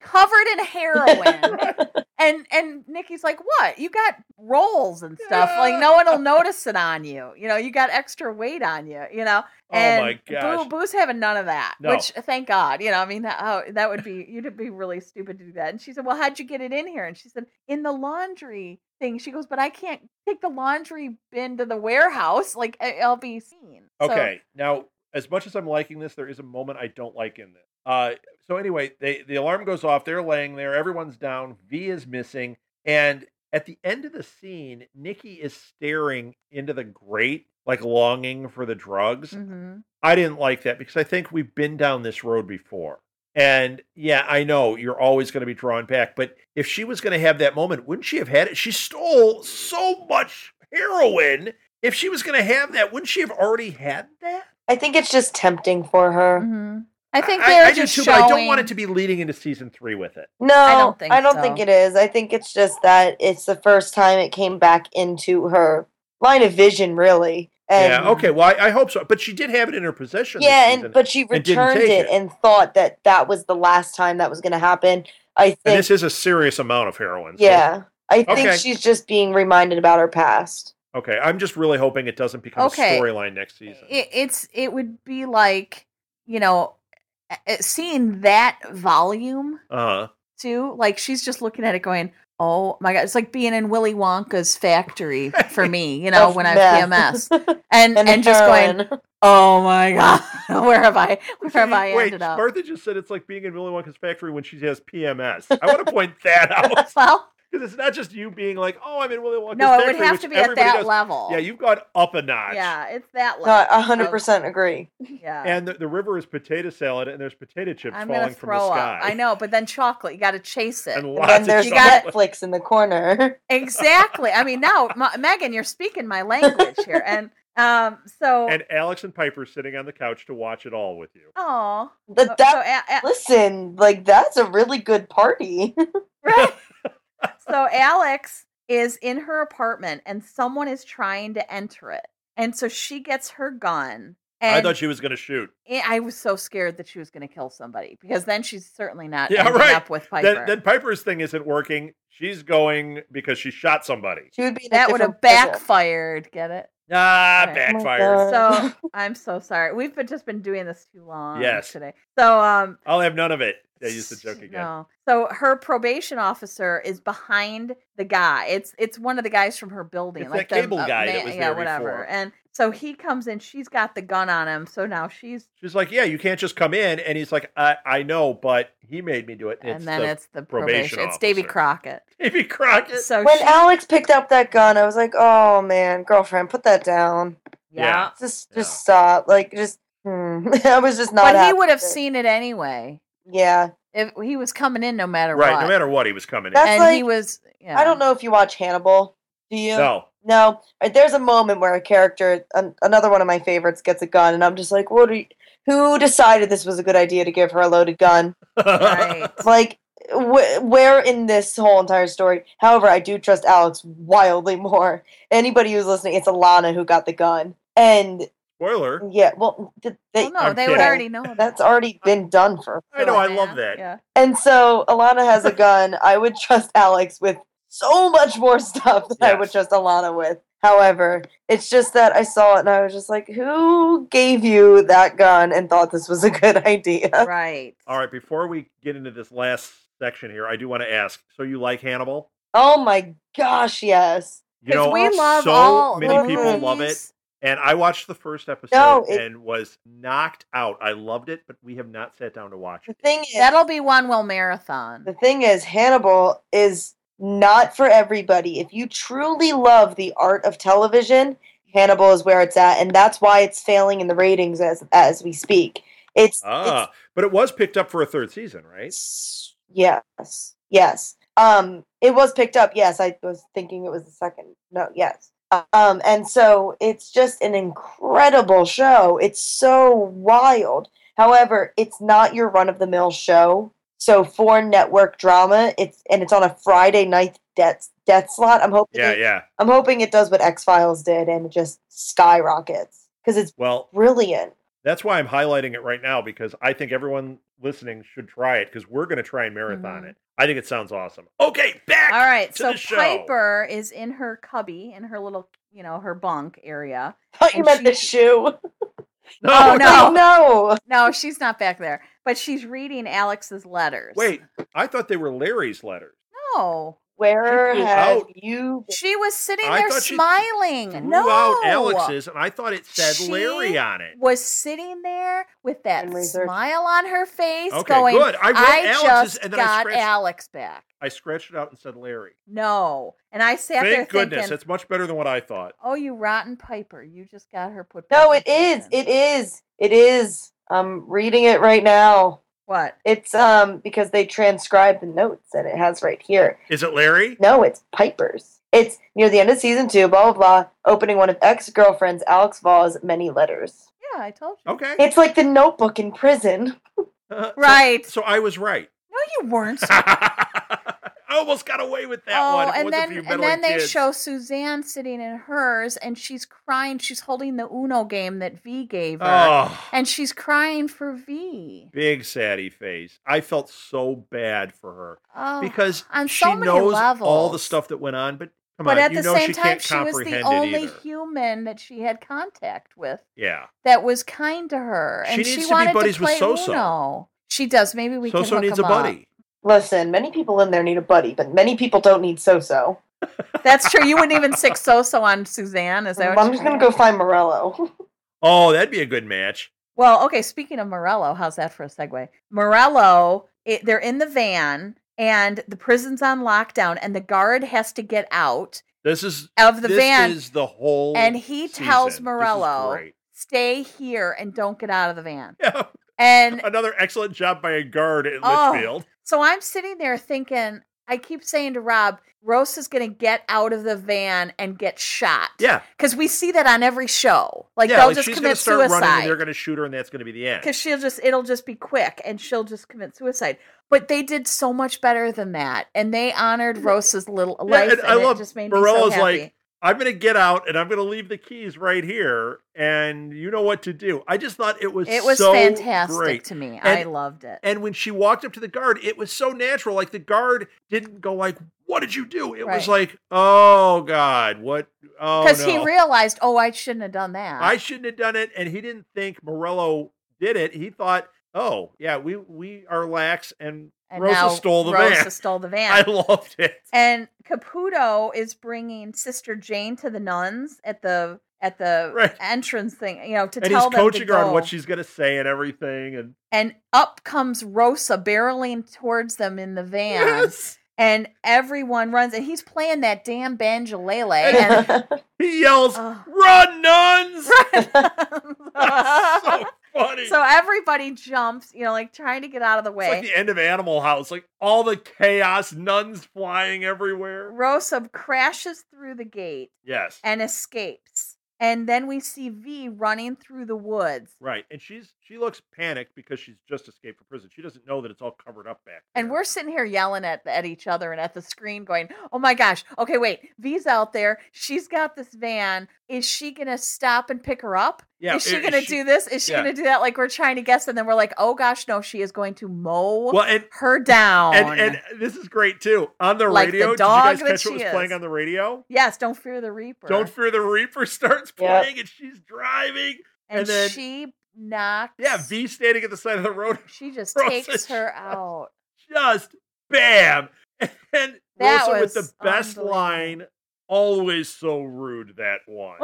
covered in heroin. and and Nikki's like, "What? You got rolls and stuff. Like no one will notice it on you. You know, you got extra weight on you. You know." oh And my gosh. Boo, Boo's having none of that. No. Which thank God. You know, I mean, that, oh, that would be you'd be really stupid to do that. And she said, "Well, how'd you get it in here?" And she said, "In the laundry thing." She goes, "But I can't take the laundry bin to the warehouse. Like I- I'll be seen." So- Okay. Now, as much as I'm liking this, there is a moment I don't like in this. Uh, so anyway, they the alarm goes off. They're laying there. Everyone's down. V is missing. And at the end of the scene, Nikki is staring into the grate, like longing for the drugs. Mhm. I didn't like that because I think we've been down this road before. And yeah, I know you're always going to be drawn back, but if she was going to have that moment, wouldn't she have had it? She stole so much heroin. If she was going to have that, wouldn't she have already had that? I think it's just tempting for her. Mhm. I think I- they're I, do just too, showing. but I don't want it to be leading into season three with it. No, I don't think, so. it is. I think it's just that it's the first time it came back into her line of vision, really. And yeah. Okay. Well, I, I hope so. But she did have it in her possession. this Yeah, season, and but she and didn't returned take it, it. and thought that that was the last time that was going to happen. I think. and this is a serious amount of heroin. so- yeah, I think Okay. she's just being reminded about her past. Okay. I'm just really hoping it doesn't become Okay. a storyline next season. it, it's it would be like you know a- a- seeing that volume Uh huh. too like she's just looking at it going oh my god it's like being in willy wonka's factory for me you know Of when i meth. (laughs) was pms and and, just going heroin. oh my god (laughs) where have i where have i Wait, ended up Martha just said it's like being in Willy Wonka's factory when she has PMS. I want to point that out (laughs) well because it's not just you being like, "Oh, I'm in Willy Wonka's no it factory." would have which to be at everybody that does. level Yeah, you've gone up a notch. yeah it's that No, level I 100% (laughs) agree. yeah And the, the river is potato salad, and there's potato chips i'm gonna falling from the throw sky. up i know but then chocolate you gotta chase it And (laughs) And lots then of there's You chocolate. got- Netflix in the corner. (laughs) exactly i mean now Ma- megan you're speaking my language (laughs) here and um so and Alex and Piper sitting on the couch to watch it all with you. oh But that, so, a- a- listen, like that's a really good party. (laughs) (laughs) right so alex is in her apartment and someone is trying to enter it and so she gets her gun and I thought she was going to shoot. I- I was so scared that she was going to kill somebody because then she's certainly not Yeah, ending right. up with Piper. Then, then Piper's thing isn't working. She's going because she shot somebody. She would be in a that would have different prison. backfired. Get it? Ah, Right. Oh my backfired. So (laughs) God. I'm so sorry. We've been, just been doing this too long Yes. today. So um, I'll have none of it. They used the joke again. No. So her probation officer is behind the guy. It's it's one of the guys from her building, It's like that the cable uh, guy that man- was yeah, there whatever. before. And so he comes in. She's got the gun on him. So now she's She's like, "Yeah, you can't just come in." And he's like, "I, I know, but he made me do it." and then the (laughs) it's the probation. probation It's Davy officer. Crockett. Davy Crockett. So Uh, when she, Alex picked up that gun, I was like, "Oh man, girlfriend, put that down. Ah, yeah. Just, Yeah. just stop. Like, just." Hmm. (laughs) I was just not. But he happy would have with it. seen it anyway. Yeah, If he was coming in no matter right, what. no matter what, he was coming That's and he like- was yeah. I don't know if you watch Hannibal. Do you? in. No, No. Right, there's a moment where a character, an, another one of my favorites, gets a gun, and I'm just like, "What? Are you, who decided this was a good idea to give her a loaded gun?" Right. (laughs) like wh- where in this whole entire story however i do trust alex wildly more anybody who's listening it's alana who got the gun and (laughs) spoiler. yeah well th- they, Well, no, I'm they would kidding. already know. (laughs) that's already been done for I know, I Yeah, love that. Yeah. (laughs) and so alana has a gun i would trust alex with so much more stuff that i would Yes. trust alana with however it's just that i saw it and i was just like who gave you that gun and thought this was a good (laughs) idea Right. All right, before we get into this last section here, I do want to ask. So you like Hannibal? oh my gosh yes You know, we love so all many the people love it. movies. And I watched the first episode No, it- and was knocked out. I loved it, but we have not sat down to watch the it. thing is That'll be one will marathon. The thing is, Hannibal is not for everybody. If you truly love the art of television, Hannibal is where it's at, and that's why it's failing in the ratings as as we speak. It's, Ah, but it was picked up for a third season, right? it's yes, yes. Um, it was picked up. Yes, I was thinking it was the second. No, yes. Um, and so it's just an incredible show. It's so wild. However, it's not your run of the mill show. So for network drama, it's and it's on a Friday night death death slot. I'm hoping Yeah, it, yeah. I'm hoping it does what X Files did and it just skyrockets because it's Well, brilliant. (laughs) That's why I'm highlighting it right now because I think everyone listening should try it because we're going to try and marathon Mhm. it. I think it sounds awesome. Okay, back. All right, to so the show. (laughs) Piper is in her cubby, in her little, you know, her bunk area. thought you And meant she- the shoe. No, (laughs) Oh, wait, no. Like, no. No, she's not back there, but she's reading Alex's letters. wait. I thought they were Larry's letters. no, Where She flew have out. you been? she was sitting I there thought she smiling. Threw no, out Alex's, and I thought it said She Larry on it. was sitting there with that And research. smile on her face, Okay, going, good. I wrote "I Alex's, just and then I got scratched, Alex back." I scratched it out and said Larry. No, and I sat there Thank goodness, thinking, that's much better than what I thought. "Oh, you rotten Piper! You just got her put." No, back it in is. prison." It is. It is. I'm reading it right now. what? It's um because they transcribed the notes and it has right here. Is it Larry? No, it's Piper's. It's near the end of season two, blah blah blah, opening one of ex girlfriends Alex Vaugh's many letters. Yeah, I told you. Okay. It's like the notebook in prison. Uh, (laughs) so- Right? So, I was right. (laughs) No, you weren't. I almost got away with that oh, one. It and wasn't then for you and meddling then they kids. show Suzanne sitting in hers, and she's crying. She's holding the Uno game that V gave her, Oh, and she's crying for V. big saddy face. I felt so bad for her Oh, because on she so many knows all the levels. stuff that went on. But come but on, at you the know same she time, can't she was the comprehend only it either. human that she had contact with yeah. that was kind to her, She and needs she to be wanted buddies to with play So-So. Uno. She does. Maybe we so can so hook needs a 'em up. buddy. Listen, many people in there need a buddy, but many people don't need so so. That's true. You wouldn't even stick so so on Suzanne. Is that? What I'm just gonna go find Morello. Oh, that'd be a good match. Well, okay. Speaking of Morello, how's that for a segue? Morello, it, they're in the van, and the prison's on lockdown, and the guard has to get out This is of the this van, is the whole and he tells season. This is Morello, great. (laughs) "Stay here and don't get out of the van." Yeah, And another excellent job by a guard at Oh. Litchfield. So I'm sitting there thinking, I keep saying to Rob, Rose is going to get out of the van and get shot. Yeah, Because we see that on every show. Like yeah, they'll like just she's commit gonna start running, and they're suicide. gonna shoot her, and that's gonna be the end. Because she'll just, it'll just be quick and she'll just commit suicide. But they did so much better than that. And they honored Rose's little life. and And, I love it just made Morello's me so happy. like, I'm going to get out and I'm going to leave the keys right here, and you know what to do. I just thought it was it was so fantastic great. to me. I And- loved it. And when she walked up to the guard, it was so natural. Like the guard didn't go like, "What did you do?" It was Right. like, "Oh God, what?" Oh Because no, he realized, oh, I shouldn't have done that. I shouldn't have done it. And he didn't think Morello did it. He thought, "Oh yeah, we we are lax." And, and Rosa now stole the Rosa van. stole the (laughs) van. I loved it. And Caputo is bringing Sister Jane to the nuns at the at the Right. entrance thing, you know, to And tell he's them coaching to her on what go. she's going to say and everything. And And up comes Rosa barreling towards them in the van, yes, and everyone runs. And he's playing that (laughs) damn banjolele. And (laughs) That's he yells, Ugh. "Run, (laughs) nuns!" That's so so, funny. everybody jumps, you know, like trying to get out of the it's way. like the end of Animal House, like all the chaos, nuns flying everywhere. Rosa crashes through the gate Yes. and escapes. And then we see V running through the woods. Right. And she's she looks panicked because she's just escaped from prison. She doesn't know that it's all covered up back. And there. we're sitting here yelling at at each other and at the screen, going, "Oh my gosh! Okay, wait. V's out there. She's got this van. Is she gonna stop and pick her up? yeah, is she i- gonna do this? Is she yeah. gonna do that? Like we're trying to guess, and then we're like, "Oh gosh, no! She is going to mow Well and her down." and, and this is great too. On the Like the radio, did dog you that guys catch she what was is. playing on the radio? yes, don't fear the reaper. Don't fear the Reaper starts Yep. playing and she's driving. and and then- she knocks. Yeah, V standing at the side of the road, She just Rosa takes her just- (laughs) out. just bam. (laughs) And That Rosa with was the best unbelievable. line, always so rude that one.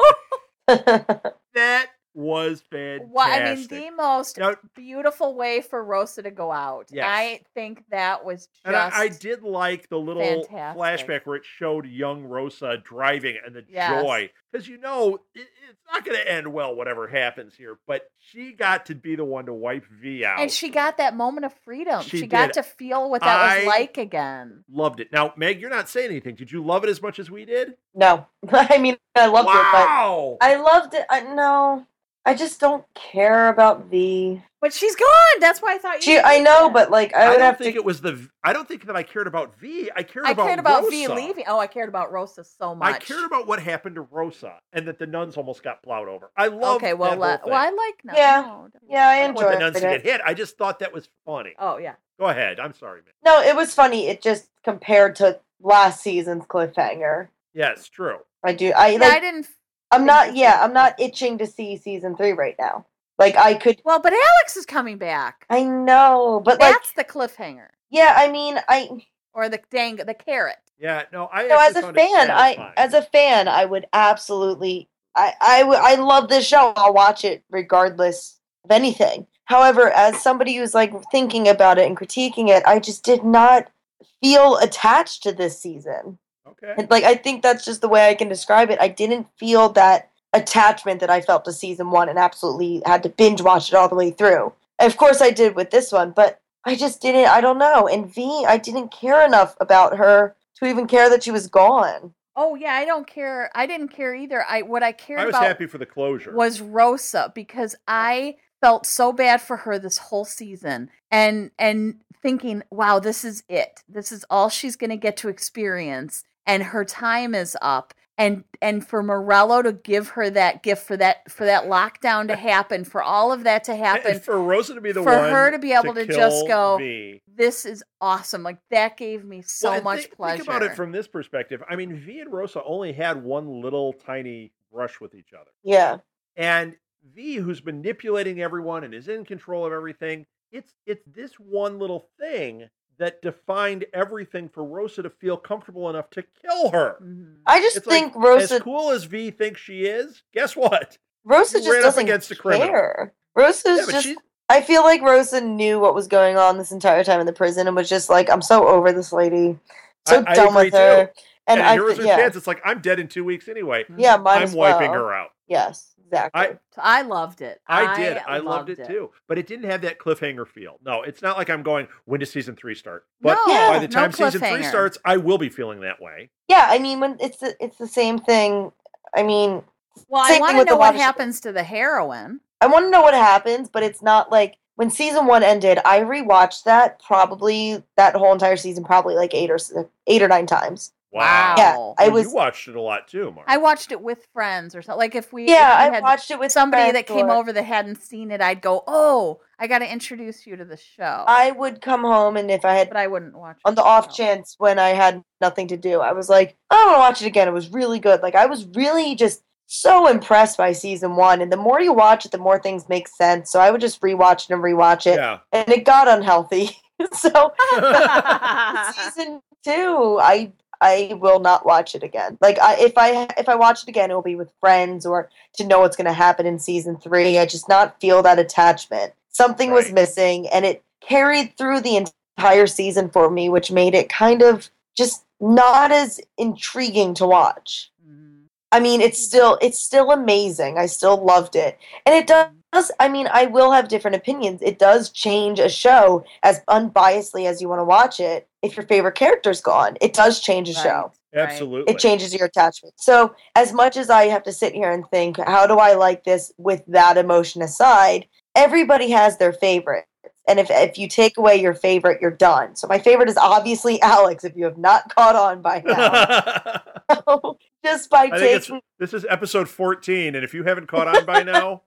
That was fantastic. What Oh, I mean, the most Now- beautiful way for Rosa to go out. Yes. I think that was just. and I, I did like the little fantastic. flashback where it showed young Rosa driving and the Yes. joy. Because you know, it, it's not going to end well, whatever happens here, but she got to be the one to wipe V out. And she got that moment of freedom. She She, got did. to feel what that I- was like again. loved it. Now, Meg, you're not saying anything. Did you love it (laughs) as much as we did? no. I mean I loved it, but wow! I loved it. I, no, I just don't care about V. But she's gone. That's why I thought you. She, I know, but like I I, would don't have think to. it was the. I don't think that I cared about V. I cared I about cared about Rosa. V leaving. Oh, I cared about Rosa so much. I cared about what happened to Rosa and that the nuns almost got plowed over. I love. okay, well, that le- whole well, I thing. like no. Yeah. no, don't- Yeah, I I don't want the enjoyed nuns to get it. hit. I just thought that was funny. Oh yeah. Go ahead. I'm sorry, man. No, it was funny. It just compared to last season's cliffhanger. Yeah, it's true. I do. I yeah. I like. didn't. I'm not. Yeah, I'm not itching to see season three right now. Like I could. Well, but Alex is coming back. I know, but like, That's the cliffhanger yeah. I mean, I. or the dang the carrot. Yeah, no, I. No, as actually a found it fan, I satisfying. as a fan, I would absolutely. I I would- I love this show. I'll watch it regardless of anything. However, as somebody who's like thinking about it and critiquing it, I just did not feel attached to this season. okay. And like I think that's just the way I can describe it. I didn't feel that attachment that I felt to season one and absolutely had to binge watch it all the way through. Of course I did with this one, but I just didn't I don't know. And V, I didn't care enough about her to even care that she was gone. Oh yeah, I don't care. I didn't care either. I what I cared I was about happy for the closure. was Rosa because I felt so bad for her this whole season and and thinking, wow, this is it. This is all she's going to get to experience and her time is up. And and for Morello to give her that gift for that for that (laughs) lockdown to happen, for all of that to And- happen, and for Rosa to be the for one her to be able to just kill go, V. this is awesome. Like that gave me so Well, and much think, pleasure. Think about it from this perspective. I mean, V and Rosa only had one little tiny brush with each other. Yeah. And V, who's manipulating everyone and is in control of everything, it's it's this one little thing that defined everything for Rosa to feel comfortable enough to kill her. Mhm. I just It's like, think Rosa as cool as V thinks she is, guess what? (laughs) Rosa you just ran up doesn't against a criminal. care. Rosa's but just she- I feel like Rosa knew what was going on this entire time in the prison and was just like, I'm so over this lady. So I- I done with agree, too. her. And, and I here's her yeah, chance. It's like I'm dead in two weeks anyway. yeah, might I'm as well. wiping her out. Yes, exactly. I- So I loved it. I did. I loved, it, too. But it didn't have that cliffhanger feel. No, it's not like I'm going, when does season three start? But No, by the no time season three cliffhanger. starts, I will be feeling that way. yeah, I mean, when it's the, it's the same thing. I mean, Well, I Same want thing to with the know what water- happens to the heroine. I want to know what happens, but it's not like when season one ended. I rewatched that probably that whole entire season, probably like eight or s- eight or nine times. Wow. Yeah, I Well, was. you watched it a lot too, Mark. I watched it with friends or something. Like if we, if Yeah, we I had watched it with somebody friends that came or- over that hadn't seen it, I'd go, "Oh, I got to introduce you to the show." I would come home, and if I had but I wouldn't watch it on the off myself. (laughs) chance when I had nothing to do, I was like, I want to watch it again. It was really good. Like I was really just so impressed by season one, and the more you watch it, the more things make sense. So I would just rewatch it and rewatch it, (laughs) yeah. and it got unhealthy. (laughs) so (laughs) (laughs) I season two, I I will not watch it again. Like I, if I if I watch it again, it will be with friends or to know what's going to happen in season three. I just not feel that attachment. Something was Right. missing, and it carried through the entire season for me, which made it kind of just not as intriguing to watch. Mm-hmm. I mean, it's still it's still amazing. I still loved it, and it does does I mean I will have different opinions. It does change a show as unbiasedly as you want to watch it. If your favorite character's gone, it does change a show. Absolutely. It changes your attachment. So as much as I have to sit here and think, how do I like this with that emotion aside? Everybody has their favorite. And if, if you take away your favorite, you're done. So my favorite is obviously (laughs) Alex, if you have not caught on by (laughs) now. (laughs) Just by I think it's- taking this is episode 14, and if you haven't caught on by now,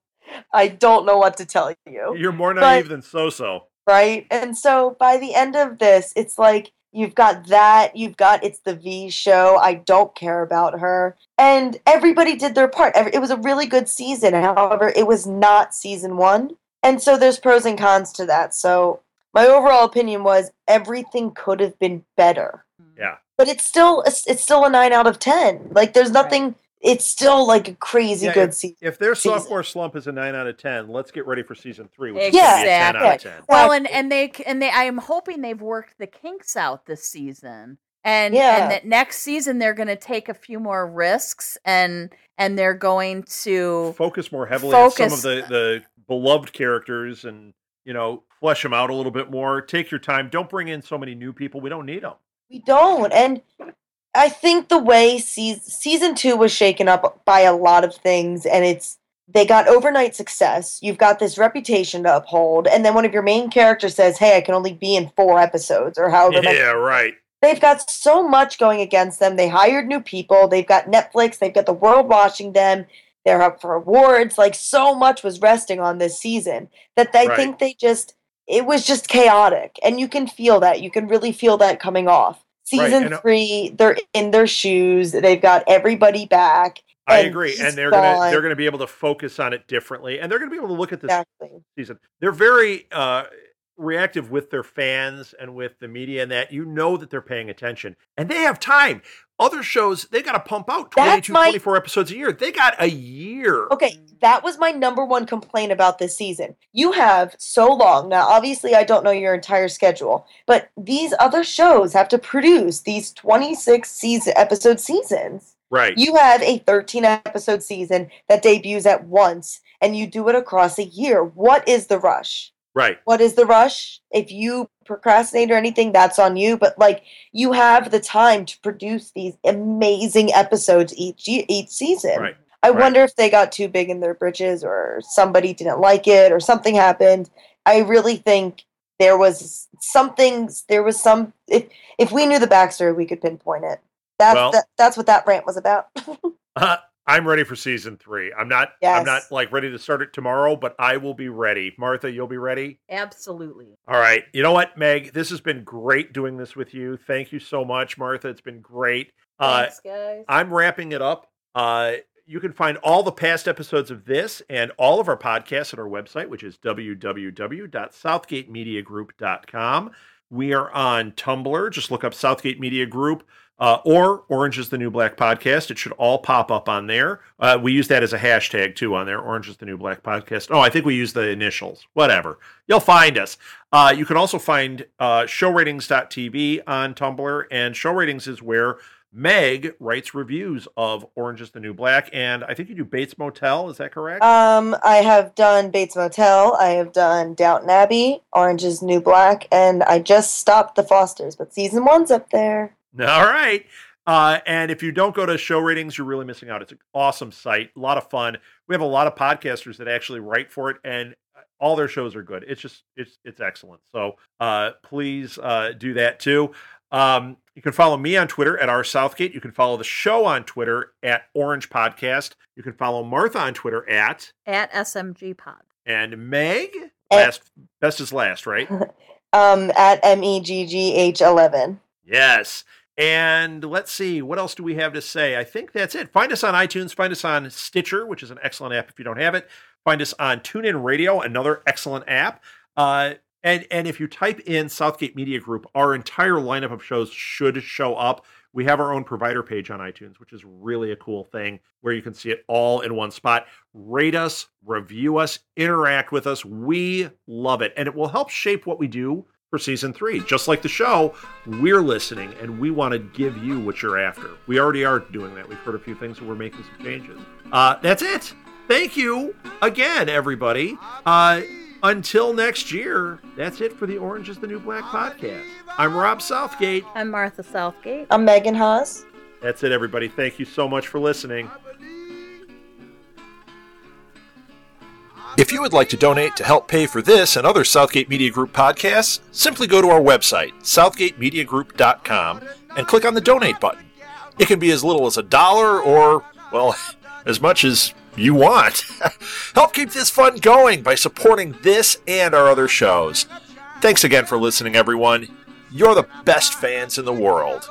I don't know what to tell you. you're more But- naive than so so. right? And so by the end of this, it's like you've got that, you've got it's the V show. I don't care about her, and everybody did their part. Every- It was a really good season. However, it was not season one, and so there's pros and cons to that. So my overall opinion was everything could have been better, Mm-hmm. Yeah. but it's still it's still a nine out of ten. Like there's nothing. It's still like a crazy Yeah, good season. If their Season. sophomore slump is a 9 out of 10, let's get ready for season 3, which is going to be a 10 Exactly. out of 10. Well, and and they c- and they, I am hoping they've worked the kinks out this season, and Yeah. and that next season they're going to take a few more risks, and and they're going to focus more heavily on some Focus. of the the beloved characters and you know flesh them out a little bit more take your time don't bring in so many new people we don't need them We don't. And I think the way season, season two was shaken up by a lot of things, and it's they got overnight success. You've got this reputation to uphold, and then one of your main characters says, "Hey, I can only be in four episodes," or however. many- Yeah, right. They've got so much going against them. They hired new people. They've got Netflix. They've got the world watching them. They're up for awards. Like so much was resting on this season that I Right. think they just it was just chaotic, and you can feel that. You can really feel that coming off. Right, Season and- uh, three, they're in their shoes. They've got everybody back. I And agree, he's and they're gonna gone. they're gonna be able to focus on it differently, and they're gonna be able to look at this Exactly. season. They're very uh, reactive with their fans and with the media, and that you know that they're paying attention and they have time. Other shows, they got to pump out That's 22, my- 24 episodes a year. They got a year. Okay, that was my number one complaint about this season. You have so long. Now, obviously, I don't know your entire schedule, but these other shows have to produce these 26 season episode seasons. Right. You have a 13 episode season that debuts at once and you do it across a year. What is the rush? right. what is the rush? If you procrastinate or anything, that's on you. But like, you have the time to produce these amazing episodes each ye- each season. Right, I right. wonder if they got too big in their britches, or somebody didn't like it, or something happened. I really think there was something. There was some. If if we knew the backstory, we could pinpoint it. That's Well- that, that's what that rant was about. (laughs) Uh, I'm ready for season three. I'm not. I'm Yes. not like ready to start it tomorrow, but I will be ready. Martha, you'll be ready. Absolutely. All right. You know what, Meg? This has been great doing this with you. Thank you so much, Martha. It's been great. Uh, Thanks, guys. I'm wrapping it up. Uh, you can find all the past episodes of this and all of our podcasts at our website, which is www.southgatemediagroup.com. We are on Tumblr. Just look up Southgate Media Group uh, or Orange is the New Black podcast. It should all pop up on there. Uh, we use that as a hashtag too on there. Orange is the New Black podcast. Oh, I think we use the initials. Whatever. You'll find us. Uh, you can also find uh, showratings.tv on Tumblr, and show ratings is where Meg writes reviews of Orange is the New Black, and I think you do Bates Motel. Is that correct? Um, I have done Bates Motel. I have done Downton Abbey, Orange is the New Black, and I just stopped The Fosters, but season one's up there. (laughs) All right. Uh, and if you don't go to show ratings, you're really missing out. It's an awesome site, a lot of fun. We have a lot of podcasters that actually write for it, and uh, all their shows are good. It's just it's it's excellent. So uh, please uh, do that too. Um, you can follow me on Twitter at our Southgate. You can follow the show on Twitter at Orange Podcast. You can follow Martha on Twitter at At SMG Pod. and Meg. Eh. Last best is last, right? Um, at M E G G H eleven. Yes. And let's see, what else do we have to say? I think that's it. Find us on iTunes, find us on Stitcher, which is an excellent app if you don't have it. Find us on TuneIn Radio, another excellent app. Uh, and and if you type in Southgate Media Group, our entire lineup of shows should show up. We have our own provider page on iTunes, which is really a cool thing where you can see it all in one spot. Rate us, review us, interact with us. We love it. And it will help shape what we do for season three. Just like the show, we're listening and we want to give you what you're after. We already are doing that. We've heard a few things and we're making some changes. Uh, that's it. Thank you again, everybody. Uh, until next year, that's it for the Orange is the New Black podcast. I'm Rob Southgate. I'm Martha Southgate. I'm Megan Haas. That's it, everybody. Thank you so much for listening. If you would like to donate to help pay for this and other Southgate Media Group podcasts, simply go to our website, southgatemediagroup.com, and click on the donate button. It can be as little as a dollar or, well, (laughs) as much as you want. (laughs) help keep this fun going by supporting this and our other shows. Thanks again for listening, everyone. You're the best fans in the world.